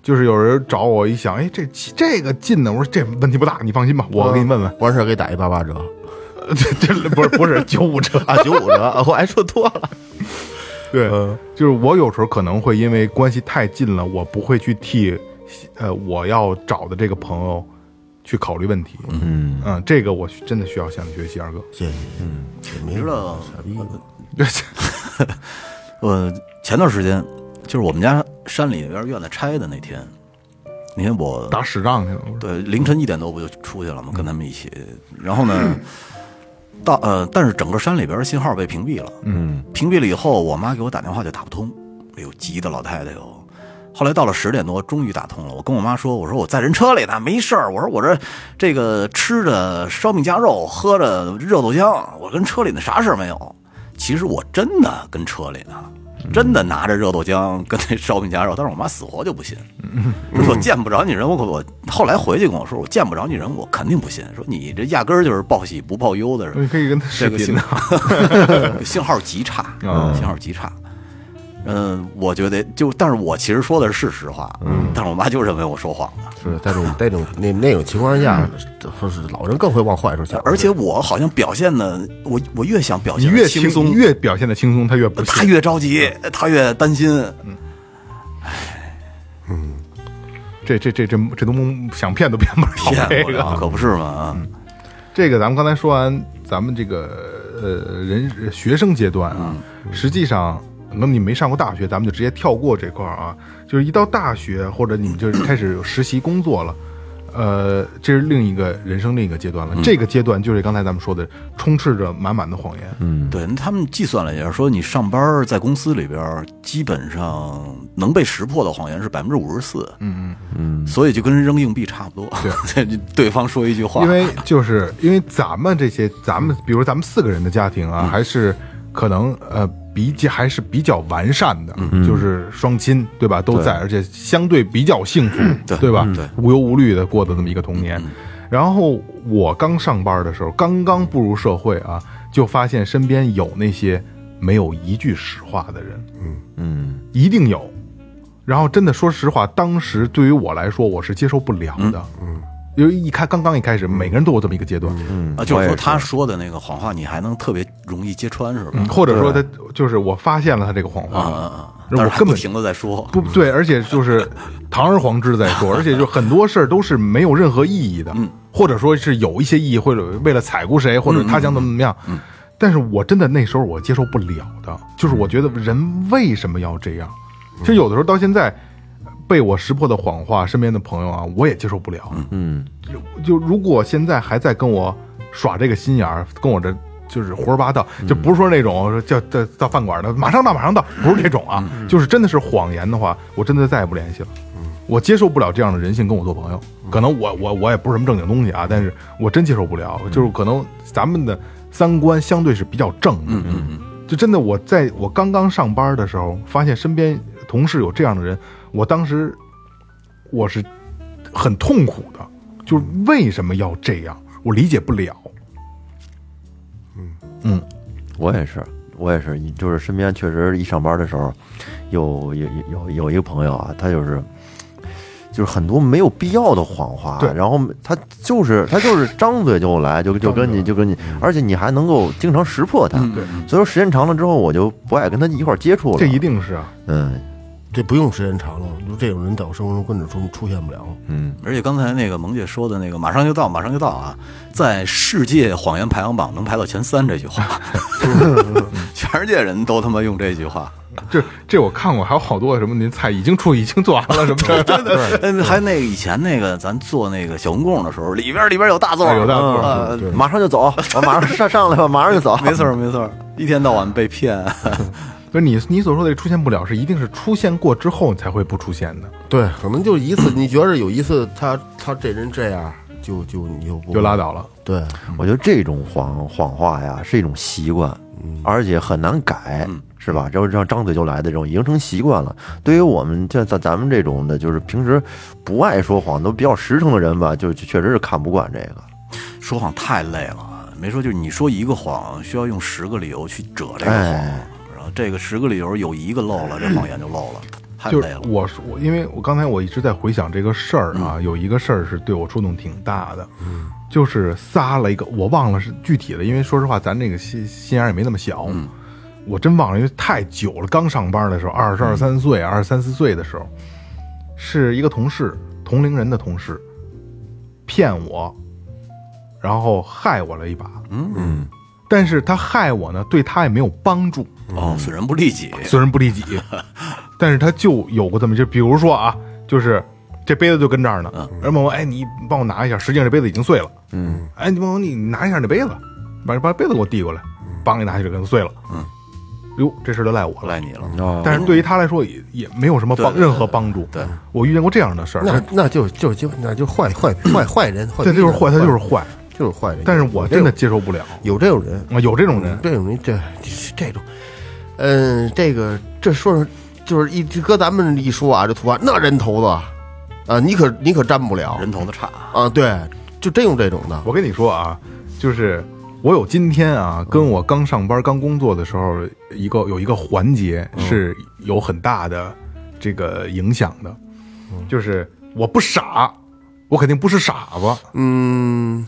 就是有人找我一想，哎，这这个近的，我说这问题不大，你放心吧，我给你问问。完事儿给打一八八折 这这不是不是九五折，啊，九五 折，啊我还说多了。对，就是我有时候可能会因为关系太近了，我不会去替呃我要找的这个朋友去考虑问题。嗯这个我真的需要向你学习，二哥。谢谢，嗯，没你知道，对，呃，前段时间就是我们家山里那边院子拆的那天，那天我 打屎仗去了，我说对凌晨一点多不就出去了吗？跟他们一起，然 后呢，到呃，但是整个山里边信号被屏蔽了，嗯，屏蔽了以后，我妈给我打电话就打不通，哎呦，急的老太太哟。后来到了十点多，终于打通了。我跟我妈说：“我说我在人车里呢，没事儿。我说我这这个吃着烧饼夹肉，喝着热豆浆，我跟车里呢啥事儿没有。其实我真的跟车里呢，真的拿着热豆浆跟那烧饼夹肉。但是我妈死活就不信，说我见不着你人，我可我后来回去跟我说，我见不着你人，我肯定不信。说你这压根儿就是报喜不报忧的人，你可以跟他视这个频信呢。号 信号极差，嗯信号极差。嗯，我觉得就，但是我其实说的是实话，嗯，但是我妈就认为我说谎了，是在这种在这种那那种情况下，嗯说是老人更会往坏处想，而且我好像表现的，我我越想表你现得越轻松，你越表现的轻松，他越不他信。越着急，他越担心，这这这这这都想骗都骗不了骗这我了，个。可不是嘛啊， 这个咱们刚才说完，咱们这个呃人学生阶段啊，实际上可能你没上过大学，咱们就直接跳过这块儿啊。就是一到大学或者你们就是开始有实习工作了，呃，这是另一个人生另一个阶段了。这个阶段就是刚才咱们说的，充斥着满满的谎言。对，他们计算了一下，说你上班在公司里边，基本上能被识破的谎言是百分之五十四。嗯嗯嗯，所以就跟扔硬币差不多。 对，对方说一句话，因为就是因为咱们这些，咱们比如咱们四个人的家庭啊，还是可能呃比较还是比较完善的，就是双亲对吧都在，而且相对比较幸福，对吧？对无忧无虑的过的这么一个童年。然后我刚上班的时候，刚刚步入社会啊，就发现身边有那些没有一句实话的人，嗯一定有。然后真的说实话，当时对于我来说，我是接受不了的。嗯，因为一开刚刚一开始，每个人都有这么一个阶段，嗯啊，就是我说也他说的那个谎话，你还能特别容易揭穿，是吧？嗯或者说他就是我发现了他这个谎啊话啊了，啊！我但是还根不本停的在说，不对，而且就是堂而皇之在说，而且就很多事儿都是没有任何意义的，或者说是有一些意义，或者为了踩过谁，或者他想怎么怎么样。但是我真的那时候我接受不了的，就是我觉得人为什么要这样？其实有的时候到现在，被我识破的谎话，身边的朋友啊，我也接受不了。嗯，就如果现在还在跟我耍这个心眼儿，跟我这就是胡说八道，就不是说那种说叫到到饭馆的马上到马上到，不是这种啊，就是真的是谎言的话，我真的再也不联系了。我接受不了这样的人性跟我做朋友，可能我我我也不是什么正经东西啊，但是我真接受不了，就是可能咱们的三观相对是比较正的，嗯嗯，就真的我在我刚刚上班的时候，发现身边同事有这样的人，我当时我是很痛苦的，就是为什么要这样，我理解不了。我也是，我也是，就是身边确实一上班的时候，有有有有一个朋友啊，他就是。就是很多没有必要的谎话，对然后他就是他就是张嘴就来，就就跟你就跟你，嗯而且你还能够经常识破他，对所以说时间长了之后，我就不爱跟他一块儿接触了。这一定是啊，嗯这不用时间长了，就这种人在我生活中根本出出现不了。嗯而且刚才那个萌姐说的那个“马上就到，马上就到”啊，在世界谎言排行榜能排到前三这句 话，全世界人都他妈用这句话。这这我看过，还有好多什么您菜已经出已经做完了什么的，对对 对，嗯，还有那个以前那个咱做那个小公共的时候，里边里边有大字儿，哎有大字儿啊对嗯马上就走，我马上上上来吧，马上就 走。 没错儿没错儿，一天到晚被骗。 不是你你所说的出现不了，是一定是出现过之后才会不出现的，对，可能就一次，你觉着有一次他他这人这样，就就你就不就拉。倒了。对，我觉得这种谎谎话呀是一种习惯，而且很难改，是吧？这让张嘴就来的这种已经成习惯了。对于我们像咱咱们这种的，就是平时不爱说谎、都比较实诚的人吧，就就确实是看不惯这个。说谎太累了啊，没说就是你说一个谎，需要用十个理由去遮这个谎，哎然后这个十个理由有一个漏了，这谎言就漏了，太就累是了。我说，我因为我刚才我一直在回想这个事儿啊，有一个事儿是对我触动挺大的，就是撒了一个，我忘了是具体了，因为说实话，咱这个心心眼儿也没那么小，我真忘了，因为太久了，刚上班的时候，二十二三岁、二十三四岁的时候，是一个同事，同龄人的同事，骗我，然后害我了一把，嗯，但是他害我呢，对他也没有帮助，哦，损人不利己，损人不利己，但是他就有过这么就比如说啊，就是这杯子就跟这儿呢，然后问我，哎，你帮我拿一下，实际上这杯子已经碎了，嗯，哎，你帮我你拿一下那杯子，把把杯子给我递过来，帮你拿去就给它碎了，嗯，哟，这事儿就赖我了，赖你了。哦，但是对于他来说也也没有什么帮对对对任何帮助，对我遇见过这样的事儿，那那就就就那就坏坏坏坏人，坏这就是坏，他就是坏坏，就是坏人。但是我真的有这种接受不了，有这种人，啊，有这种人，这种人这这这种，嗯，这个这说是就是一搁咱们一说啊，这图案那人头子啊，啊，你可你可沾不了人头的差，啊，对，就真有这种的，我跟你说啊，就是我有今天啊，跟我刚上班、刚工作的时候，一个有一个环节是有很大的这个影响的，就是我不傻，我肯定不是傻子，嗯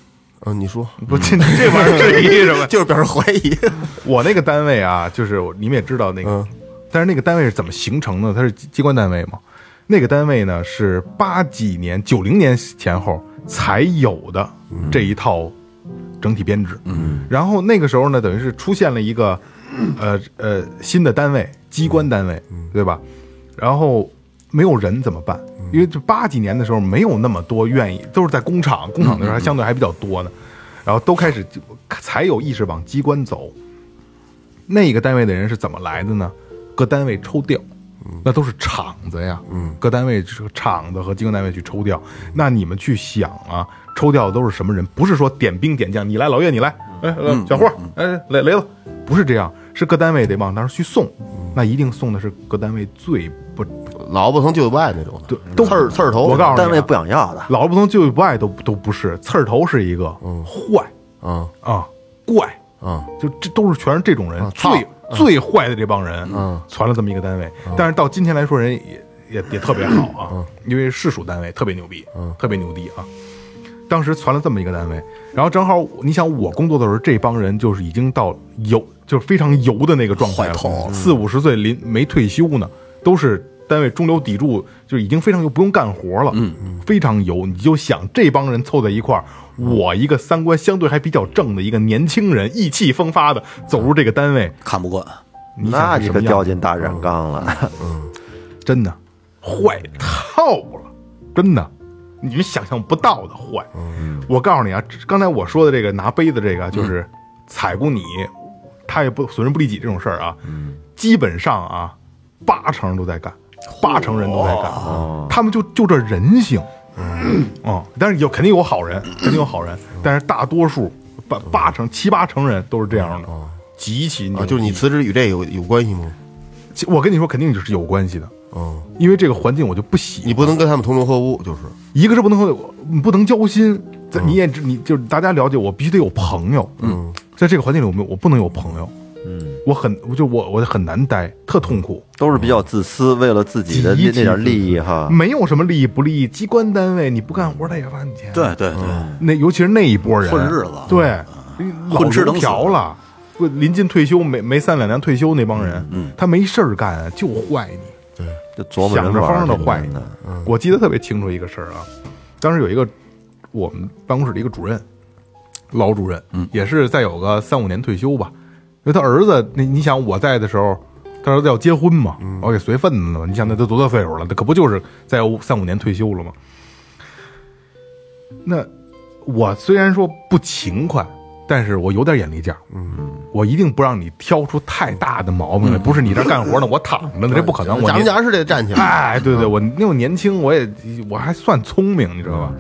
嗯，你说不，这这玩意儿是一什么？ 就是表示怀疑，我那个单位啊，就是我你们也知道那个，嗯但是那个单位是怎么形成的？它是机机关单位嘛？那个单位呢是八几年、九零年前后才有的这一套整体编制。嗯，然后那个时候呢，等于是出现了一个呃呃新的单位，机关单位，对吧？然后没有人怎么办？因为这八几年的时候没有那么多愿意，都是在工厂，工厂的时候还相对还比较多呢，然后都开始就才有意识往机关走。那个单位的人是怎么来的呢？各单位抽调，那都是厂子呀，嗯，各单位这个厂子和机关单位去抽调。那你们去想啊，抽调的都是什么人？不是说点兵点将，你来老岳你来，哎，嗯来小霍，哎，雷雷子，不是这样，是各单位得往那儿去送，那一定送的是各单位最不老不疼舅不爱那种的，刺儿刺儿头。我告诉你啊单位不想要的，老不疼就不爱都都不是，刺儿头是一个，坏嗯啊，怪，嗯，啊就这都是全是这种人，最操最坏的这帮人，嗯，传了这么一个单位，但是到今天来说，人也也也特别好啊，因为是属单位特别牛逼，嗯，特别牛逼啊。当时传了这么一个单位，然后正好你想我工作的时候，这帮人就是已经到油，就是非常油的那个状态坏透了了，四五十岁临没退休呢，都是单位中流砥柱，就是已经非常油，不用干活了，嗯，非常油。你就想这帮人凑在一块儿，我一个三观相对还比较正的一个年轻人，意气风发的走入这个单位，看不惯，你想那是你什可么掉样？嗯进大染缸了。真的坏透了，真的，你们想象不到的坏。我告诉你啊，这刚才我说的这个拿杯子这个，就是踩过你，他也不损人不利己这种事儿啊，基本上啊，八成都在干，八成人都在干，他们就就这人性。 嗯，但是有肯定有好人，肯定有好人，但是大多数八八成七八成人都是这样的，极其牛啊，就是你逼辞职与这有有关系吗？其我跟你说，肯定就是有关系的，嗯，因为这个环境我就不喜欢你不能跟他们同流合污，就是一个是不能和你不能交心，在你也知你就是大家了解我必须得有朋友，嗯，在这个环境里我没有我不能有朋友，嗯，我很我就我我很难待，特痛苦， 都是比较自私，为了自己的极嗯那其那点利益啊哈。没有什么利益不利益，机关单位你不干活他也罚你钱，，嗯对对对，那尤其是那一波人混日子嗯对，老混吃油等死条了，不临近退休没没三两年退休那帮人，嗯，他没事儿干就坏你，就琢磨想人着玩方儿的嗯这坏种的。嗯我记得特别清楚一个事儿啊，当时有一个我们办公室的一个主任，老主任，嗯，也是再有个三五年退休吧，因为他儿子，那你想我在的时候，他儿子要结婚嘛，我给随份子呢嘛，你想那都多大岁数了，那可不就是再有三五年退休了吗？那我虽然说不勤快，但是我有点眼力劲儿，嗯，我一定不让你挑出太大的毛病来，不是你这干活呢，我躺 着呢，这不可能，我假年模假式得站起 来。哎，对嗯对，我那会儿年轻，我也我还算聪明，你知道嗯吧？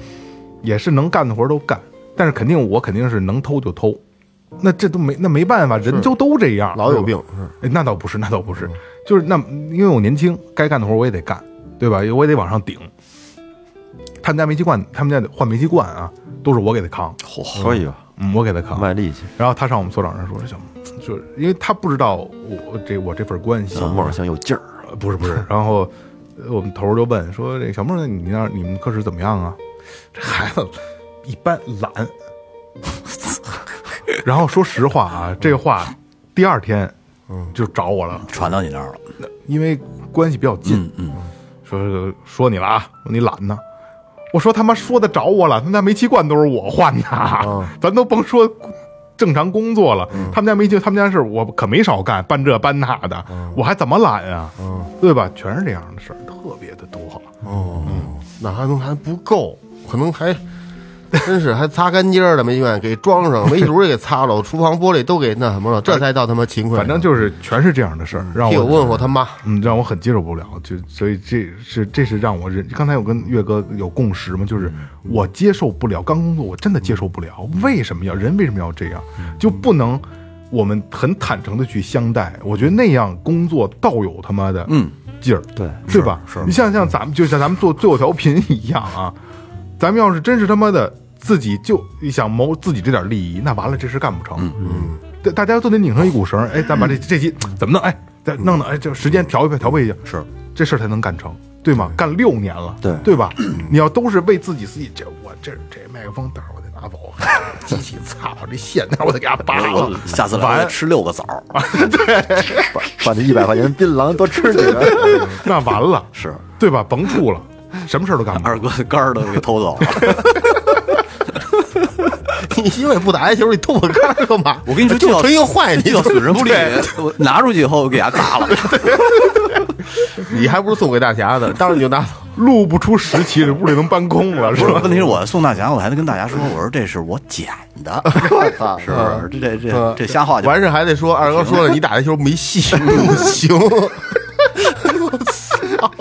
也是能干的活儿都干，但是肯定我肯定是能偷就偷，那这都没那没办法，人就都这样，老有病嗯是吧。哎那倒不是，那倒不是，就是那因为我年轻，该干的活儿我也得干，对吧？我也得往上顶。他们家煤气罐，他们家换煤气罐啊，都是我给他扛，所以吧，嗯，我给他扛。卖力气。然后他上我们所长那儿说，小，就是因为他不知道我这我这份关系，小莫好像有劲儿，呃不是不是，然后呃我们头儿就问说：“这小妹儿，你那儿你们科室怎么样啊？”这孩子一般懒。 然后说实话啊，这话第二天嗯就找我了，传到你那儿了，因为关系比较近，嗯，说说你了啊，说你懒呢。我说他妈说的找我了，他们家煤气罐都是我换的，啊咱都甭说正常工作了，嗯他们家煤气，他们家事儿我可没少干，搬这搬那的，嗯我还怎么懒啊？对吧？全是这样的事儿，特别的多。那还能还不够，可能还真是还擦干净儿的没愿意给装上， 煤气炉也给擦了，厨房玻璃都给那什么了，这才叫他妈勤快呢。反正就是全是这样的事儿，让啊替我我问候他妈，嗯，让我很接受不了，就所以这是这是让我人刚才我跟岳哥有共识嘛，就是我接受不了刚工作，我真的接受不了，为什么要人为什么要这样，就不能我们很坦诚的去相待，我觉得那样工作倒有他妈的嗯劲儿，对对吧？是你像像咱们就像咱们做最后调频一样啊，咱们要是真是他妈的自己就想谋自己这点利益，那完了这事干不成，嗯，大大家都得拧上一股绳儿，哎，咱把这这期怎么弄，哎。再弄弄，哎，这时间调一调，调配一下，是这事儿才能干成，对吗？干六年了，对对 吧？你要都是为自己自己，这我这这麦克风袋儿我得拿走，啊 机器操这线那我得给它拔我了我，下次来我再吃六个枣儿，啊把把这一百块钱槟榔多吃几 个。那完了，是对吧？甭处了，什么事儿都干不了。二哥的肝儿都给偷 走了。你媳妇也不打台球，你动我杆儿干嘛？我跟你说，就要纯一坏你，这叫损人不利己。我 拿出去以后，我给他砸了。 你还不如送给大侠呢，当然你就拿走。录不出十期，这屋里能搬空了是不是，吧？问题是我送大侠，我还得跟大家说，我说这是我捡 的，是不嗯是？这这这这瞎话就完事还得说二哥说了，你打这球没 戏，不行， 我操，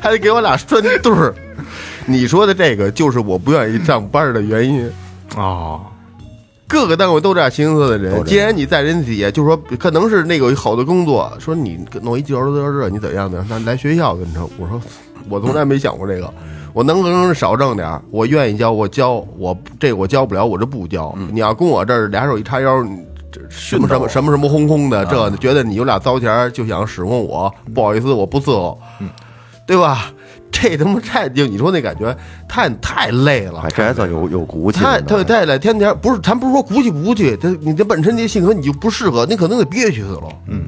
还得给我俩拴对儿。你说的这个就是我不愿意上班的原因。哦，各个单位都这样形形色色的人，既然你在人底下，就说可能是那个有好的工作，说你弄一教职教这，你怎样怎样，那来学校跟你说，我说我从来没想过这个，我能能少挣点儿，我愿意教我教，我这我教不了我就不教。你要跟我这儿俩手一叉腰，你这什么什么什么什么轰轰的，这觉得你有俩糟钱儿就想使唤我，不好意思，我不伺候，对吧？这他妈太就你说那感觉太太累了哎，，这还算有有骨气呢。太太太了，天天不是，咱不是说骨气不骨气，他你这本身这性格你就不适合，你可能给憋屈死了。嗯，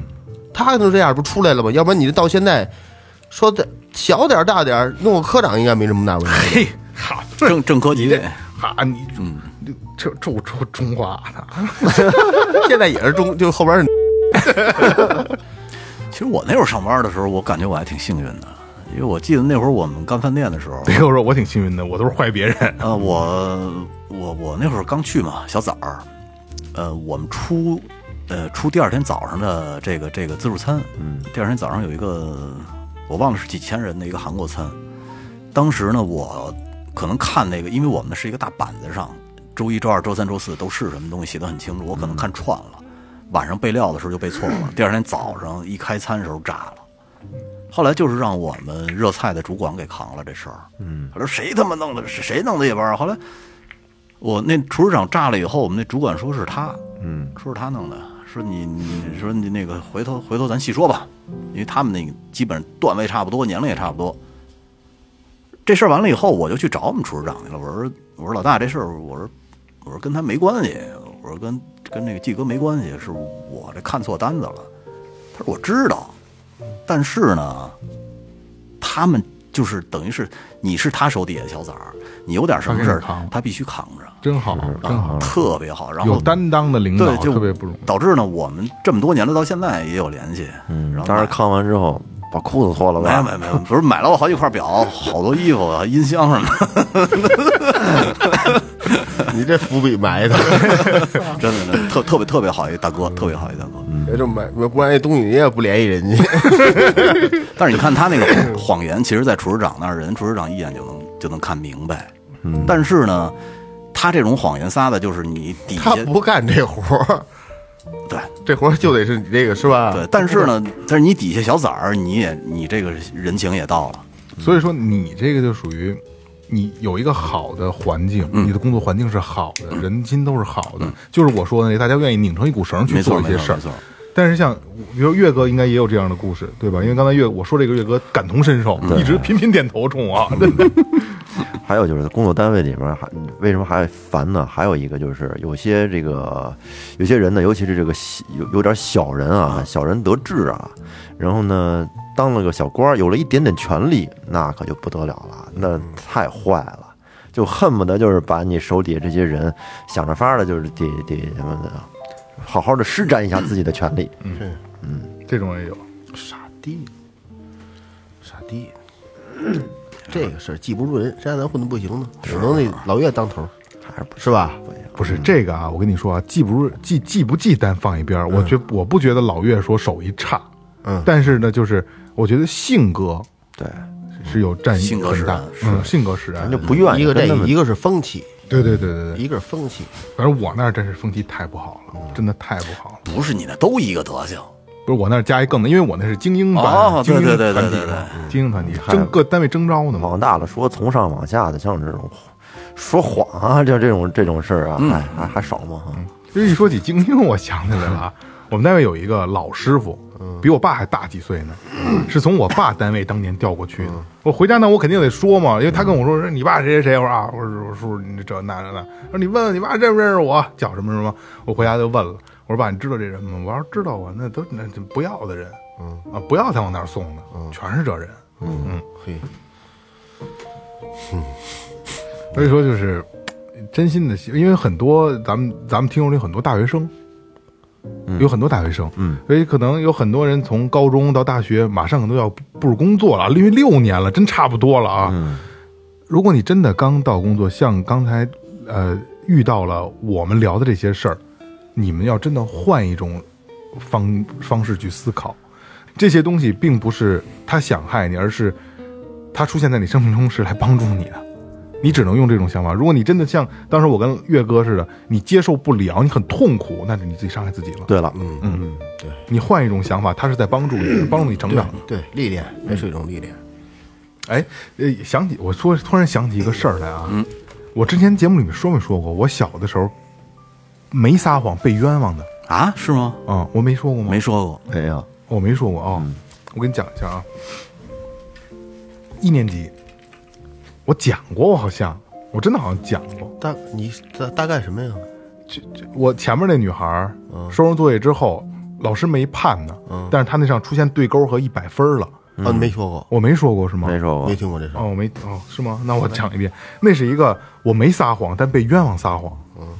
他能这样不出来了吗？要不然你这到现在说的小点儿大点儿，弄个科长应该没什么大问题。嘿， 好，正正科级你这别，哈你嗯这这这我中中华的， 现在也是中，就后边是其实我那会儿上班的时候，我感觉我还挺幸运的，因为我记得那会儿我们干饭店的 时候，得我说我挺幸运的，我都是坏别人。呃，我我我那会儿刚去嘛，小崽儿，呃，我们出呃出第二天早上的这个这个自助餐，嗯，第二天早上有一个我忘了是几千人的一个韩国餐，当时呢我可能看那个，因为我们是一个大板子上，周一周二周三周四都是什么东西写的很清楚，我可能看串了，晚上备料的时候就备错了，第二天早上一开餐的时候炸了。后来就是让我们热菜的主管给扛了这事儿。嗯，他说谁他妈弄的，是谁弄的夜班啊？后来我那厨师长炸了以后，我们那主管说是他，嗯，说是他弄的，说你你说你那个回头回头咱细说吧，因为他们那个基本段位差不多，年龄也差不多。这事儿完了以后，我就去找我们厨师长去了。我说我说老大，这事儿我说我说跟他没关系，我说跟跟那个季哥没关系，是我这看错单子了。他说我知道。但是呢，他们就是等于是你是他手底下的小崽儿，你有点什么事他给儿你扛，他必须扛着，真好，真好啊，，特别好。然后有担当的领导对，就特别不容易。导致呢，我们这么多年了，到现在也有联系。嗯，然后当时看完之后，把裤子脱了买。吧。没有没有没有，不是买了我好几块表，好多衣服啊，音箱什么的，你这伏笔埋的，真的真的特特别特别好一大哥，特别好一大哥。嗯这埋不然这东西你也不联系人家。但是你看他那个谎言，其实，在厨师长那儿，人厨师长一眼就能就能看明白。嗯但是呢，他这种谎言撒的，就是你底下他不干这活儿，对这活儿就得是你这个是吧？对，但是呢，但是你底下小崽儿，你也你这个人情也到了，所以说你这个就属于你有一个好的环境，嗯你的工作环境是好的，人心都是好的，就是我说的那个大家愿意拧成一股绳去没错做一没些错事儿没。错。但是像比如岳哥应该也有这样的故事，对吧？因为刚才岳我说这个岳哥感同身受，一直频频点头冲 我、啊。真的还有就是工作单位里面还为什么还烦呢？还有一个就是有些这个有些人呢，尤其是这个小有有点小人啊，小人得志啊，然后呢当了个小官儿，有了一点点权力，那可就不得了了，那太坏了。就恨不得就是把你手底下这些人想着法儿的，就是得得什么的，好好的施展一下自己的权利。嗯这种也有，傻逼，傻逼，这个事儿记不住人，谁让咱混的不行呢？只能那老岳当头儿，还是是吧？不嗯是这个啊！我跟你说啊，记不住记记不记单放一边儿，嗯我觉我不觉得老岳说手艺差，嗯但是呢，就是我觉得性格对，是有占性格很使大然，嗯，性格使然就。不愿意一个跟这他们一个是风气，对对对对对，一个是风气，反正我那儿真是风气太不好嗯了，真的太不好了。不是你的都一个德行，不是我那儿加一更的，因为我那是精英班，哦精英对对对团体对嗯对对精英团体征各单位征招呢嘛。往大了说，从上往下的，像这种说谎啊，就这种这种事儿啊，嗯还还还少吗？哈就是一说起精英，我想起来了啊，我们单位有一个老师傅，比我爸还大几岁呢，是从我爸单位当年调过去的。我回家呢，我肯定得说嘛，因为他跟我说说你爸谁谁谁，我说啊，我说我叔叔你这那那那，他说你问问你爸认不认识我，叫什么什么，我回家就问了，我说爸你知道这人吗？我要知道啊，那都那那不要的人，啊不要才往那儿送的，全是这人。嗯嘿，所以说就是真心的希，因为很多咱们咱们听众里很多大学生，有很多大学生，嗯，所以可能有很多人从高中到大学，马上可能都要步入工作了，因为六年了，真差不多了啊。嗯如果你真的刚到工作，像刚才呃遇到了我们聊的这些事儿，你们要真的换一种方方式去思考，这些东西并不是他想害你，而是他出现在你生命中是来帮助你的。你只能用这种想法。如果你真的像当时我跟岳哥似的，你接受不了，你很痛苦，那是你自己伤害自己了。对了，嗯你换一种想法，他是在帮助你，帮助你成长。对，历练，那是一种历练。哎，呃，想起我说，突然想起一个事儿来啊，我之前节目里面说没说过，我小的时候没撒谎被冤枉的啊？是吗？啊、我没说过吗？没说过。没有，我没说过啊、我跟你讲一下啊，一年级我讲过，我好像我真的好像讲过，大你大大概什么呀？我前面那女孩儿收完作业之后，老师没判呢，但是她那上出现对勾和一百分儿了，啊，没说过，我没说过是吗？没说过没，听过这事儿。哦，我没哦，是吗？那我讲一遍，那是一个我没撒谎，但被冤枉撒谎，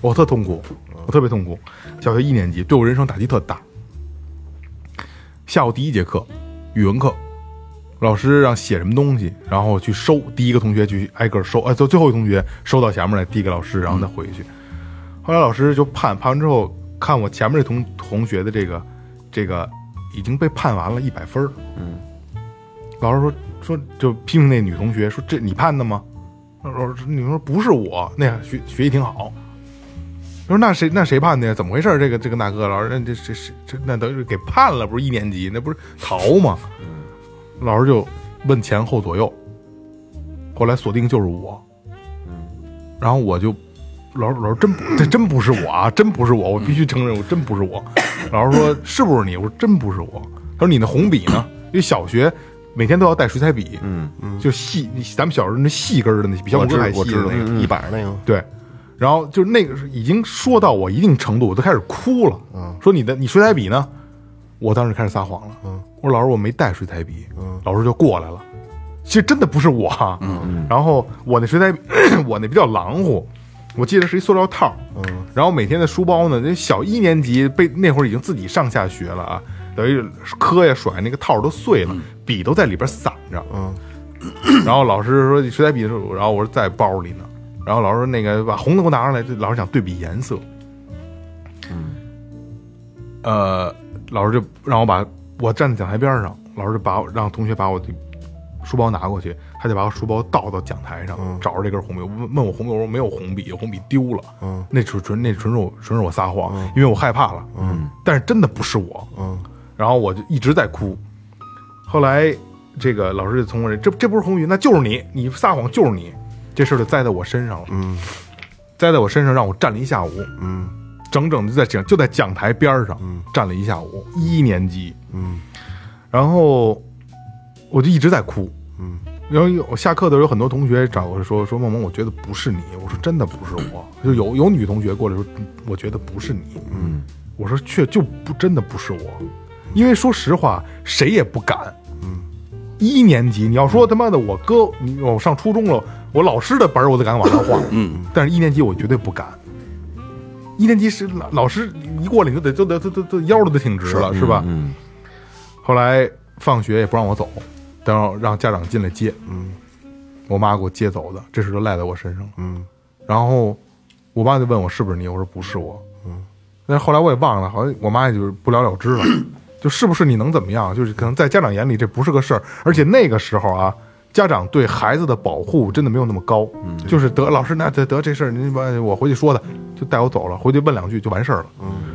我特痛苦，我特别痛苦。小学一年级对我人生打击特大。下午第一节课，语文课，老师让写什么东西，然后去收，第一个同学去挨个收，哎，最最后一个同学收到前面来递给老师，然后再回去。后来老师就判，判完之后看我前面这同同学的这个这个已经被判完了一百分儿，老师说说就批评那女同学说这你判的吗？老师女同学说不是我，那样学学习挺好。我说那谁那谁判的呀？怎么回事儿？这个这个那个老师，那这这这这那等于是给判了，不是一年级，那不是逃吗？老师就问前后左右，后来锁定就是我，然后我就老师老师真不这真不是我啊，真不是我，我必须承认我真不是我。老师说是不是你？我说真不是我。他说你那红笔呢？因为小学每天都要带水彩笔，嗯嗯，就细，咱们小时候那细根儿的那比小拇我哥知还我细知的道那个，一百那个，对，然后就是那个是已经说到我一定程度，我都开始哭了。嗯说你的你水彩笔呢？我当时开始撒谎了。嗯我说老师我没带水彩笔。老师就过来了。其实真的不是我啊。然后我那水彩笔， 我那比较狼乎，我记得是一塑料套。然后每天的书包呢，那小一年级被那会儿已经自己上下学了啊，等于磕呀甩那个套儿都碎了，笔都在里边散着。 然后老师说水彩笔的时候，然后我说 在包里呢。然后老师说那个把红的给我拿上来，这老师想对比颜色。呃，老师就让我把我站在讲台边上，老师就把我让同学把我的书包拿过去，他就把我书包倒到讲台上，找着这根红笔，问问我红笔，我说没有红笔，红笔丢了。嗯，那纯纯那纯是我纯是我撒谎，因为我害怕了。嗯，但是真的不是我。嗯，然后我就一直在哭。后来这个老师就从我这，这这不是红笔，那就是你，你撒谎就是你，这事儿就栽在我身上了。嗯，栽在我身上，让我站了一下午。嗯，整整就在讲就在讲台边儿上、站了一下午，一年级。嗯，然后我就一直在哭。嗯，然后有我下课的时候，有很多同学找我说说梦梦，我觉得不是你。我说真的不是我，就有有女同学过来说，嗯我觉得不是你。嗯，我说却就不真的不是我，因为说实话，谁也不敢。嗯一年级，你要说他妈的我哥，你我上初中了，我老师的本儿我都敢往上晃，嗯，但是一年级我绝对不敢。一年级是老老师一过来，你就得就得就得就腰都得挺直了，是吧？嗯，后来放学也不让我走，但让让家长进来接，嗯，我妈给我接走的，这事就赖在我身上了，嗯，然后我妈就问我是不是你，我说不是我，但是后来我也忘了，好像我妈也就是不了了之 了，就是不是你能怎么样？就是可能在家长眼里这不是个事儿，而且那个时候啊，家长对孩子的保护真的没有那么高，就是得老师那得得这事儿，您把我回去说的，就带我走了，回去问两句就完事儿了。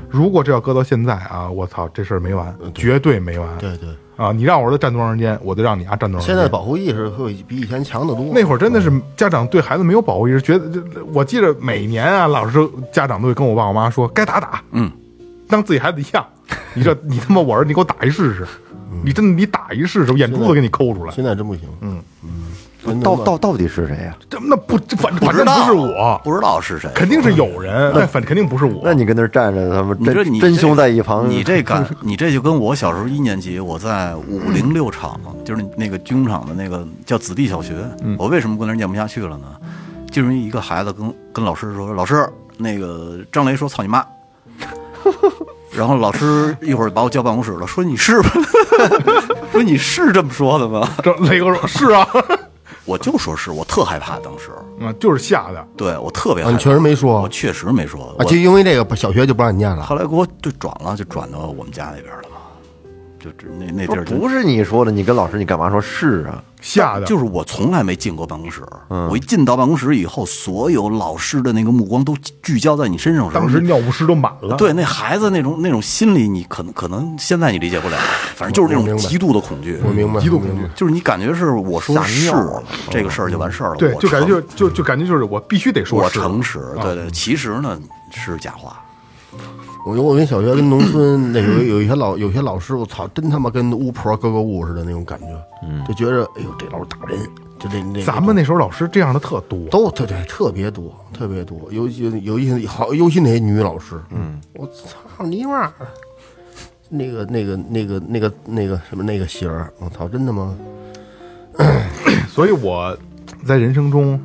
如果这要搁到现在啊，我操，这事儿没完，绝呃对没完。对对。啊，你让我儿子站多长时间，我就让你啊站多长时现间。在保护意识会比以前强得多。那会儿真的是家长对孩子没有保护意识，觉得这我记得每年啊，老师家长都会跟我爸我妈说，该打打，嗯，当自己孩子一样。你这你他妈我儿子，你给我打一试试，嗯你真的你打一试试，我眼珠子给你抠出来。现在真不行。嗯嗯，到到到底是谁呀？这那不这反不反知正道不是我，不知道是谁。肯定是有人，但反肯定不是我。那你跟那儿站着，他们你这真你真这凶在一旁，你这 感，你这就跟我小时候一年级，我在五零六厂，就是那个军厂的那个叫子弟小学，我为什么跟人念不下去了呢？就是 一个孩子跟跟老师说，老师，那个张雷说操你妈，然后老师一会儿把我叫办公室了，说你是吧？ 说你是这么说的吗？这磊哥说：“是啊，我就说是我特害怕，当时嗯，就是吓的。对我特别啊害怕。你确实没说我确实没说。啊，我就因为这个小学就不让你念了。后来给我就转了，就转到我们家那边了嘛，就就那那地儿就不是你说的，你跟老师你干嘛说是啊？吓的，就是我从来没进过办公室，我一进到办公室以后，所有老师的那个目光都聚焦在你身上的时候，当时尿不湿都满了。对那孩子那种那种心理，你可能可能现在你理解不了，反正就是那我明种白极度的恐惧，我明白，极度我明恐白惧。就是你感觉是我说是吓尿了这个事儿就完事儿了，对，我就感觉就诚就就感觉就是我必须得说我是，诚实，对对，其实呢是假话，我我跟小学跟农村那有有一些老有些老师，我操，真他妈跟巫婆格格巫似的那种感觉，嗯，就觉着哎呦这老师打人，就这那咱们那时候老师这样的特多，都对对特别多特别多，尤其尤其好尤其那些女老师，嗯，我操你妈的，那个那个那个那个那个什么那个型儿，我操，真他妈所以我在人生中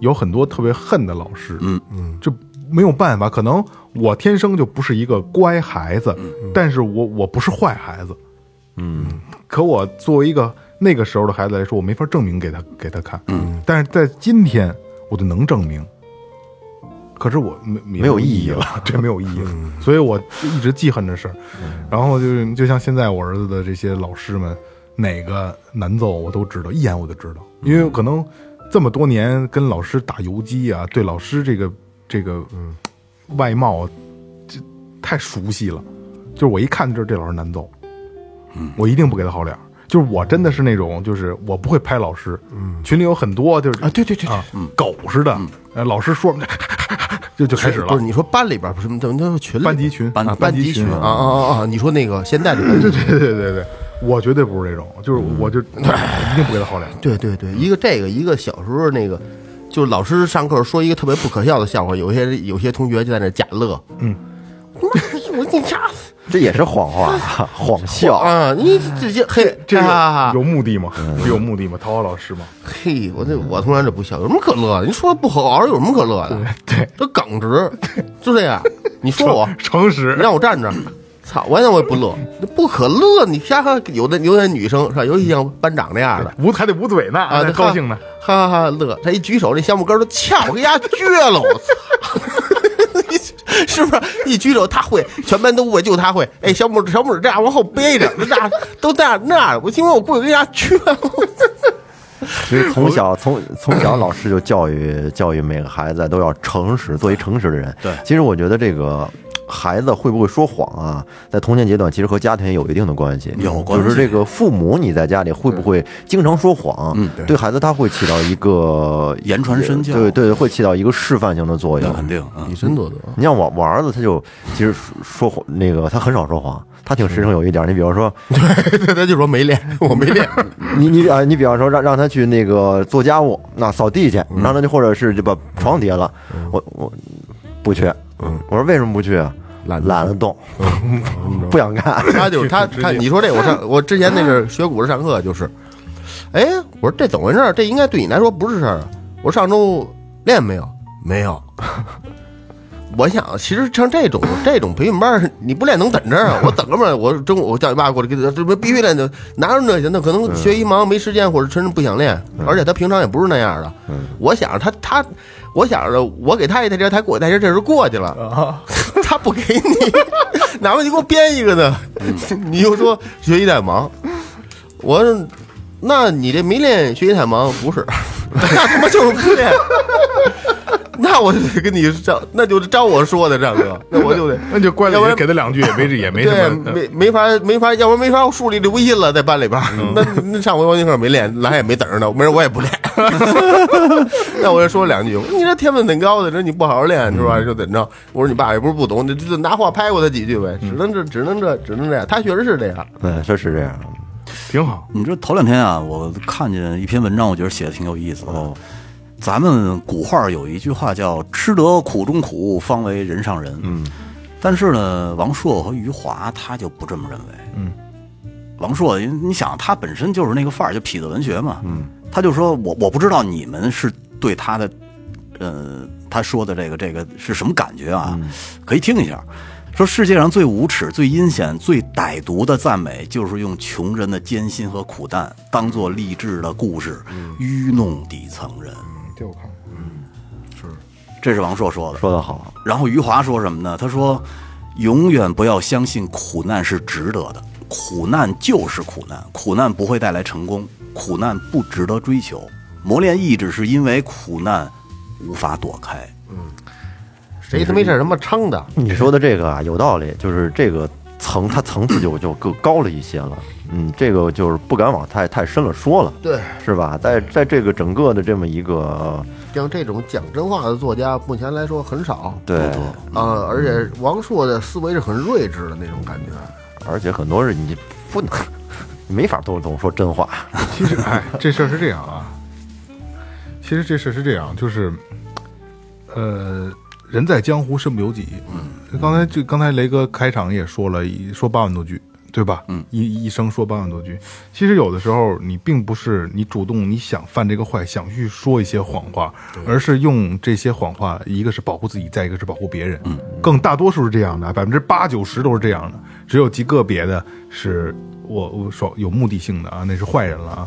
有很多特别恨的老师，嗯嗯，这没有办法，可能我天生就不是一个乖孩子，但是我我不是坏孩子，嗯，可我作为一个那个时候的孩子来说，我没法证明给他给他看，嗯，但是在今天我就能证明。可是我没没没有意意义了，这没有意义了，所以我一直记恨这事儿。然后就是，就像现在我儿子的这些老师们，哪个难揍我都知道，一眼我就知道，因为可能这么多年跟老师打游击啊，对老师这个这个嗯外貌啊这太熟悉了，就是我一看就是这老师难揍，我一定不给他好脸儿。就是我真的是那种，就是我不会拍老师，群里有很多就是啊对对对对啊，狗似的，呃老师说我们就 就就开始嗯不是了，你说班里边儿不是怎么怎么群里班级群，班啊班班级群群啊啊啊啊，你说那个现在这个对 对对对对，我绝对不是这种，就是嗯我 就一定不给他好脸。对对对，一个这个，一个小时候那个，就是老师上课说一个特别不可笑的笑话，有些有些同学就在那假乐，嗯，我警察 这也是谎话， 谎笑。啊，你直接嘿，这有啊有目的吗？是有目的吗？讨好老师吗？嘿，我这我从来就不笑，有什么可乐的？你说不好好有什么可乐的？对，这耿直，就这样。你 说我，诚实你，让我站着，操，我那我也不乐，这不可乐。你瞎看，有的有的女生是吧？尤其像班长那样的，捂还得捂嘴呢，啊，还那高兴呢。，哈哈哈乐。他一举手，那橡木根儿都翘，我给丫撅了，我操！ 你是不是一举手他会，全班都不会，就他会？哎，小拇指小拇指这样往后背着，那样都那样那样，我今晚我故意给丫撅了。所以从小从从小老师就教育教育每个孩子都要诚实，做一诚实的人。对其实我觉得这个。孩子会不会说谎啊？在童年阶段，其实和家庭也有一定的关系。有关系就是这个父母，你在家里会不会经常说谎？嗯，对孩子他会起到一个言传身教对对，会起到一个示范性的作那用。肯定啊。嗯以身作则，你像我我儿子，他就其实说说谎，那个他很少说谎，他挺实诚有一点儿。你比方说， 对，他就说没练，我没练。你你啊，你比方说让让他去那个做家务，那扫地去，嗯让他就或者是就把床叠了，我我不去，我说为什么不去啊？嗯懒得嗯懒得动， 不想干。 他就是他他，你说这我上我之前那是学古诗上课就是，哎，我说这怎么回事儿？这应该对你来说不是事儿啊。我说上周练没有？没有。 我想，其实像这种这种培训班儿，你不练能怎这儿啊？我怎么着？我中午我叫你爸过来给你，这不必须练的，哪有那些？那可能学习忙没时间，或者真是不想练，而且他平常也不是那样的。我想着他他，我想着我给他一台阶，他给我一台阶，这是过去了。 他不给你，哪怕你给 我编一个呢？ 你又说学习太忙，我说那你这没练学习太忙不是？ 那他妈就是不练。 那我就得跟你上，那就照我说的上课，那我就得那就怪要不了，然给他两句也没也没对什么。嗯没没法没法，要不然没法树立这威信了，在班里边儿。嗯那那上回王金克没练，来也没等着呢，没事我也不练。 那我就说两句，我说你这天分挺高的，这你不好好练是嗯吧？就怎么着？我说你爸也不是不懂，你就拿话拍过他几句呗，嗯只能这只能这只能这样。他确实是这样，嗯，这是这样。挺好。你这头两天啊，我看见一篇文章，我觉得写的挺有意思的。咱们古话有一句话叫“吃得苦中苦，方为人上人”。嗯，但是呢，王朔和余华他就不这么认为。嗯，王朔，因你想，他本身就是那个范儿，就痞子文学嘛。嗯，他就说我我不知道你们是对他的，呃，他说的这个这个是什么感觉啊？可以听一下。说世界上最无耻、最阴险、最歹毒的赞美，就是用穷人的艰辛和苦难当做励志的故事，愚弄底层人。这嗯我看 过。这是王朔说的。说的好，然后余华说什么呢？他说：“永远不要相信苦难是值得的，苦难就是苦难，苦难不会带来成功，苦难不值得追求。磨练意志是因为苦难无法躲开。谁嗯他没事儿他妈撑的？你说的这个啊有道理，就是这个层它层次就就更高了一些了。嗯，这个就是不敢往太太深了说了，对，是吧？在在这个整个的这么一个像这种讲真话的作家，目前来说很少。对，呃，而且王朔的思维是很睿智的那种感觉。而且很多人你不能 没法都总说真话，其实，哎，这事儿是这样啊。其实这事儿是这样，就是，呃，人在江湖身不由己。嗯，刚才就刚才雷哥开场也说了，一说八万多句，对吧？嗯，一一生说八万多句。其实有的时候你并不是你主动你想犯这个坏，想去说一些谎话，而是用这些谎话，一个是保护自己，再一个是保护别人。嗯，更大多数是这样的，百分之八九十都是这样的，只有极个别的是我我说有目的性的啊，那是坏人了啊。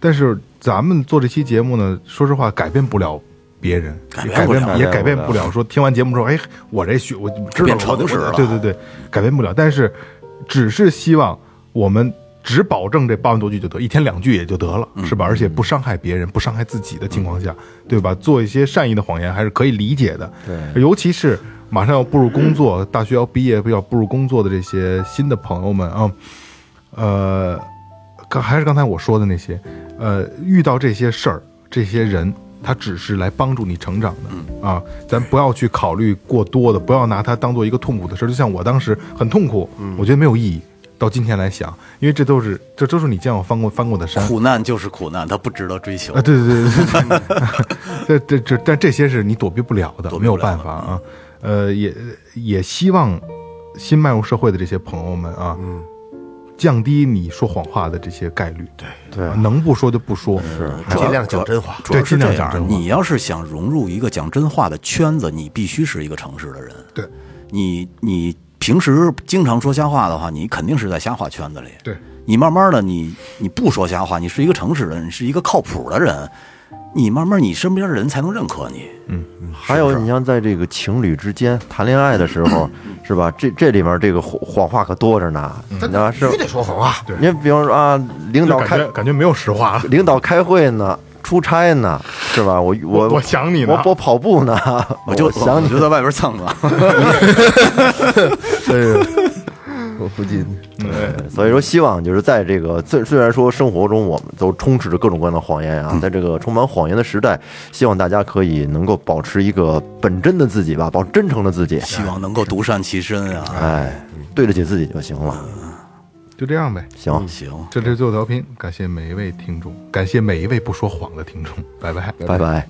但是咱们做这期节目呢，说实话改变不了别人，也改改变不了也改变不了。说听完节目之后，哎，我这学我知道变我得诚实了对对对，改变不了。但是只是希望我们只保证这八万多句就得，一天两句也就得了，嗯是吧？而且不伤害别人、不伤害自己的情况下，对吧？做一些善意的谎言还是可以理解的。对，尤其是马上要步入工作、大学要毕业、要步入工作的这些新的朋友们啊。呃，刚还是刚才我说的那些，呃，遇到这些事儿，这些人，他只是来帮助你成长的啊，咱不要去考虑过多的，不要拿它当做一个痛苦的事儿。就像我当时很痛苦，我觉得没有意义。到今天来想，因为这都是这都是你见我翻过翻过的山，苦难就是苦难，它不值得追求。啊，对对对对对，这这这，但这些是你躲避不了的，躲避不没有了办法啊。呃，也也希望新迈入社会的这些朋友们啊，降低你说谎话的这些概率。对对能不说就不说。是，嗯尽量讲真话。主要是这尽量讲真样，话你要是想融入一个讲真话的圈子，你必须是一个诚实的人。对你你平时经常说瞎话的话，你肯定是在瞎话圈子里。对，你慢慢的你，你不说瞎话，你是一个诚实的人，你是一个靠谱的人，你慢慢你身边的人才能认可你。还有，你像在这个情侣之间谈恋爱的时候，嗯是吧？这这里面这个谎谎话可多着呢，你知道吧？是必须，得说谎话。你比方说啊，领就导感开觉感觉没有实话 了。领导开会呢，出差呢，是吧？我我我想你呢我我跑步呢，我就想我你就在外边蹭蹭。 我估计嗯所以说，希望就是在这个虽虽然说生活中我们都充斥着各种各样的谎言嗯啊，在这个充满谎言的时代，希望大家可以能够保持一个本真的自己吧，保持真诚的自己，希望能够独善其身啊！哎，对得起自己就行了。就这样呗。行，行，这就是最后调频，感谢每一位听众，感谢每一位不说谎的听众，拜拜。拜拜。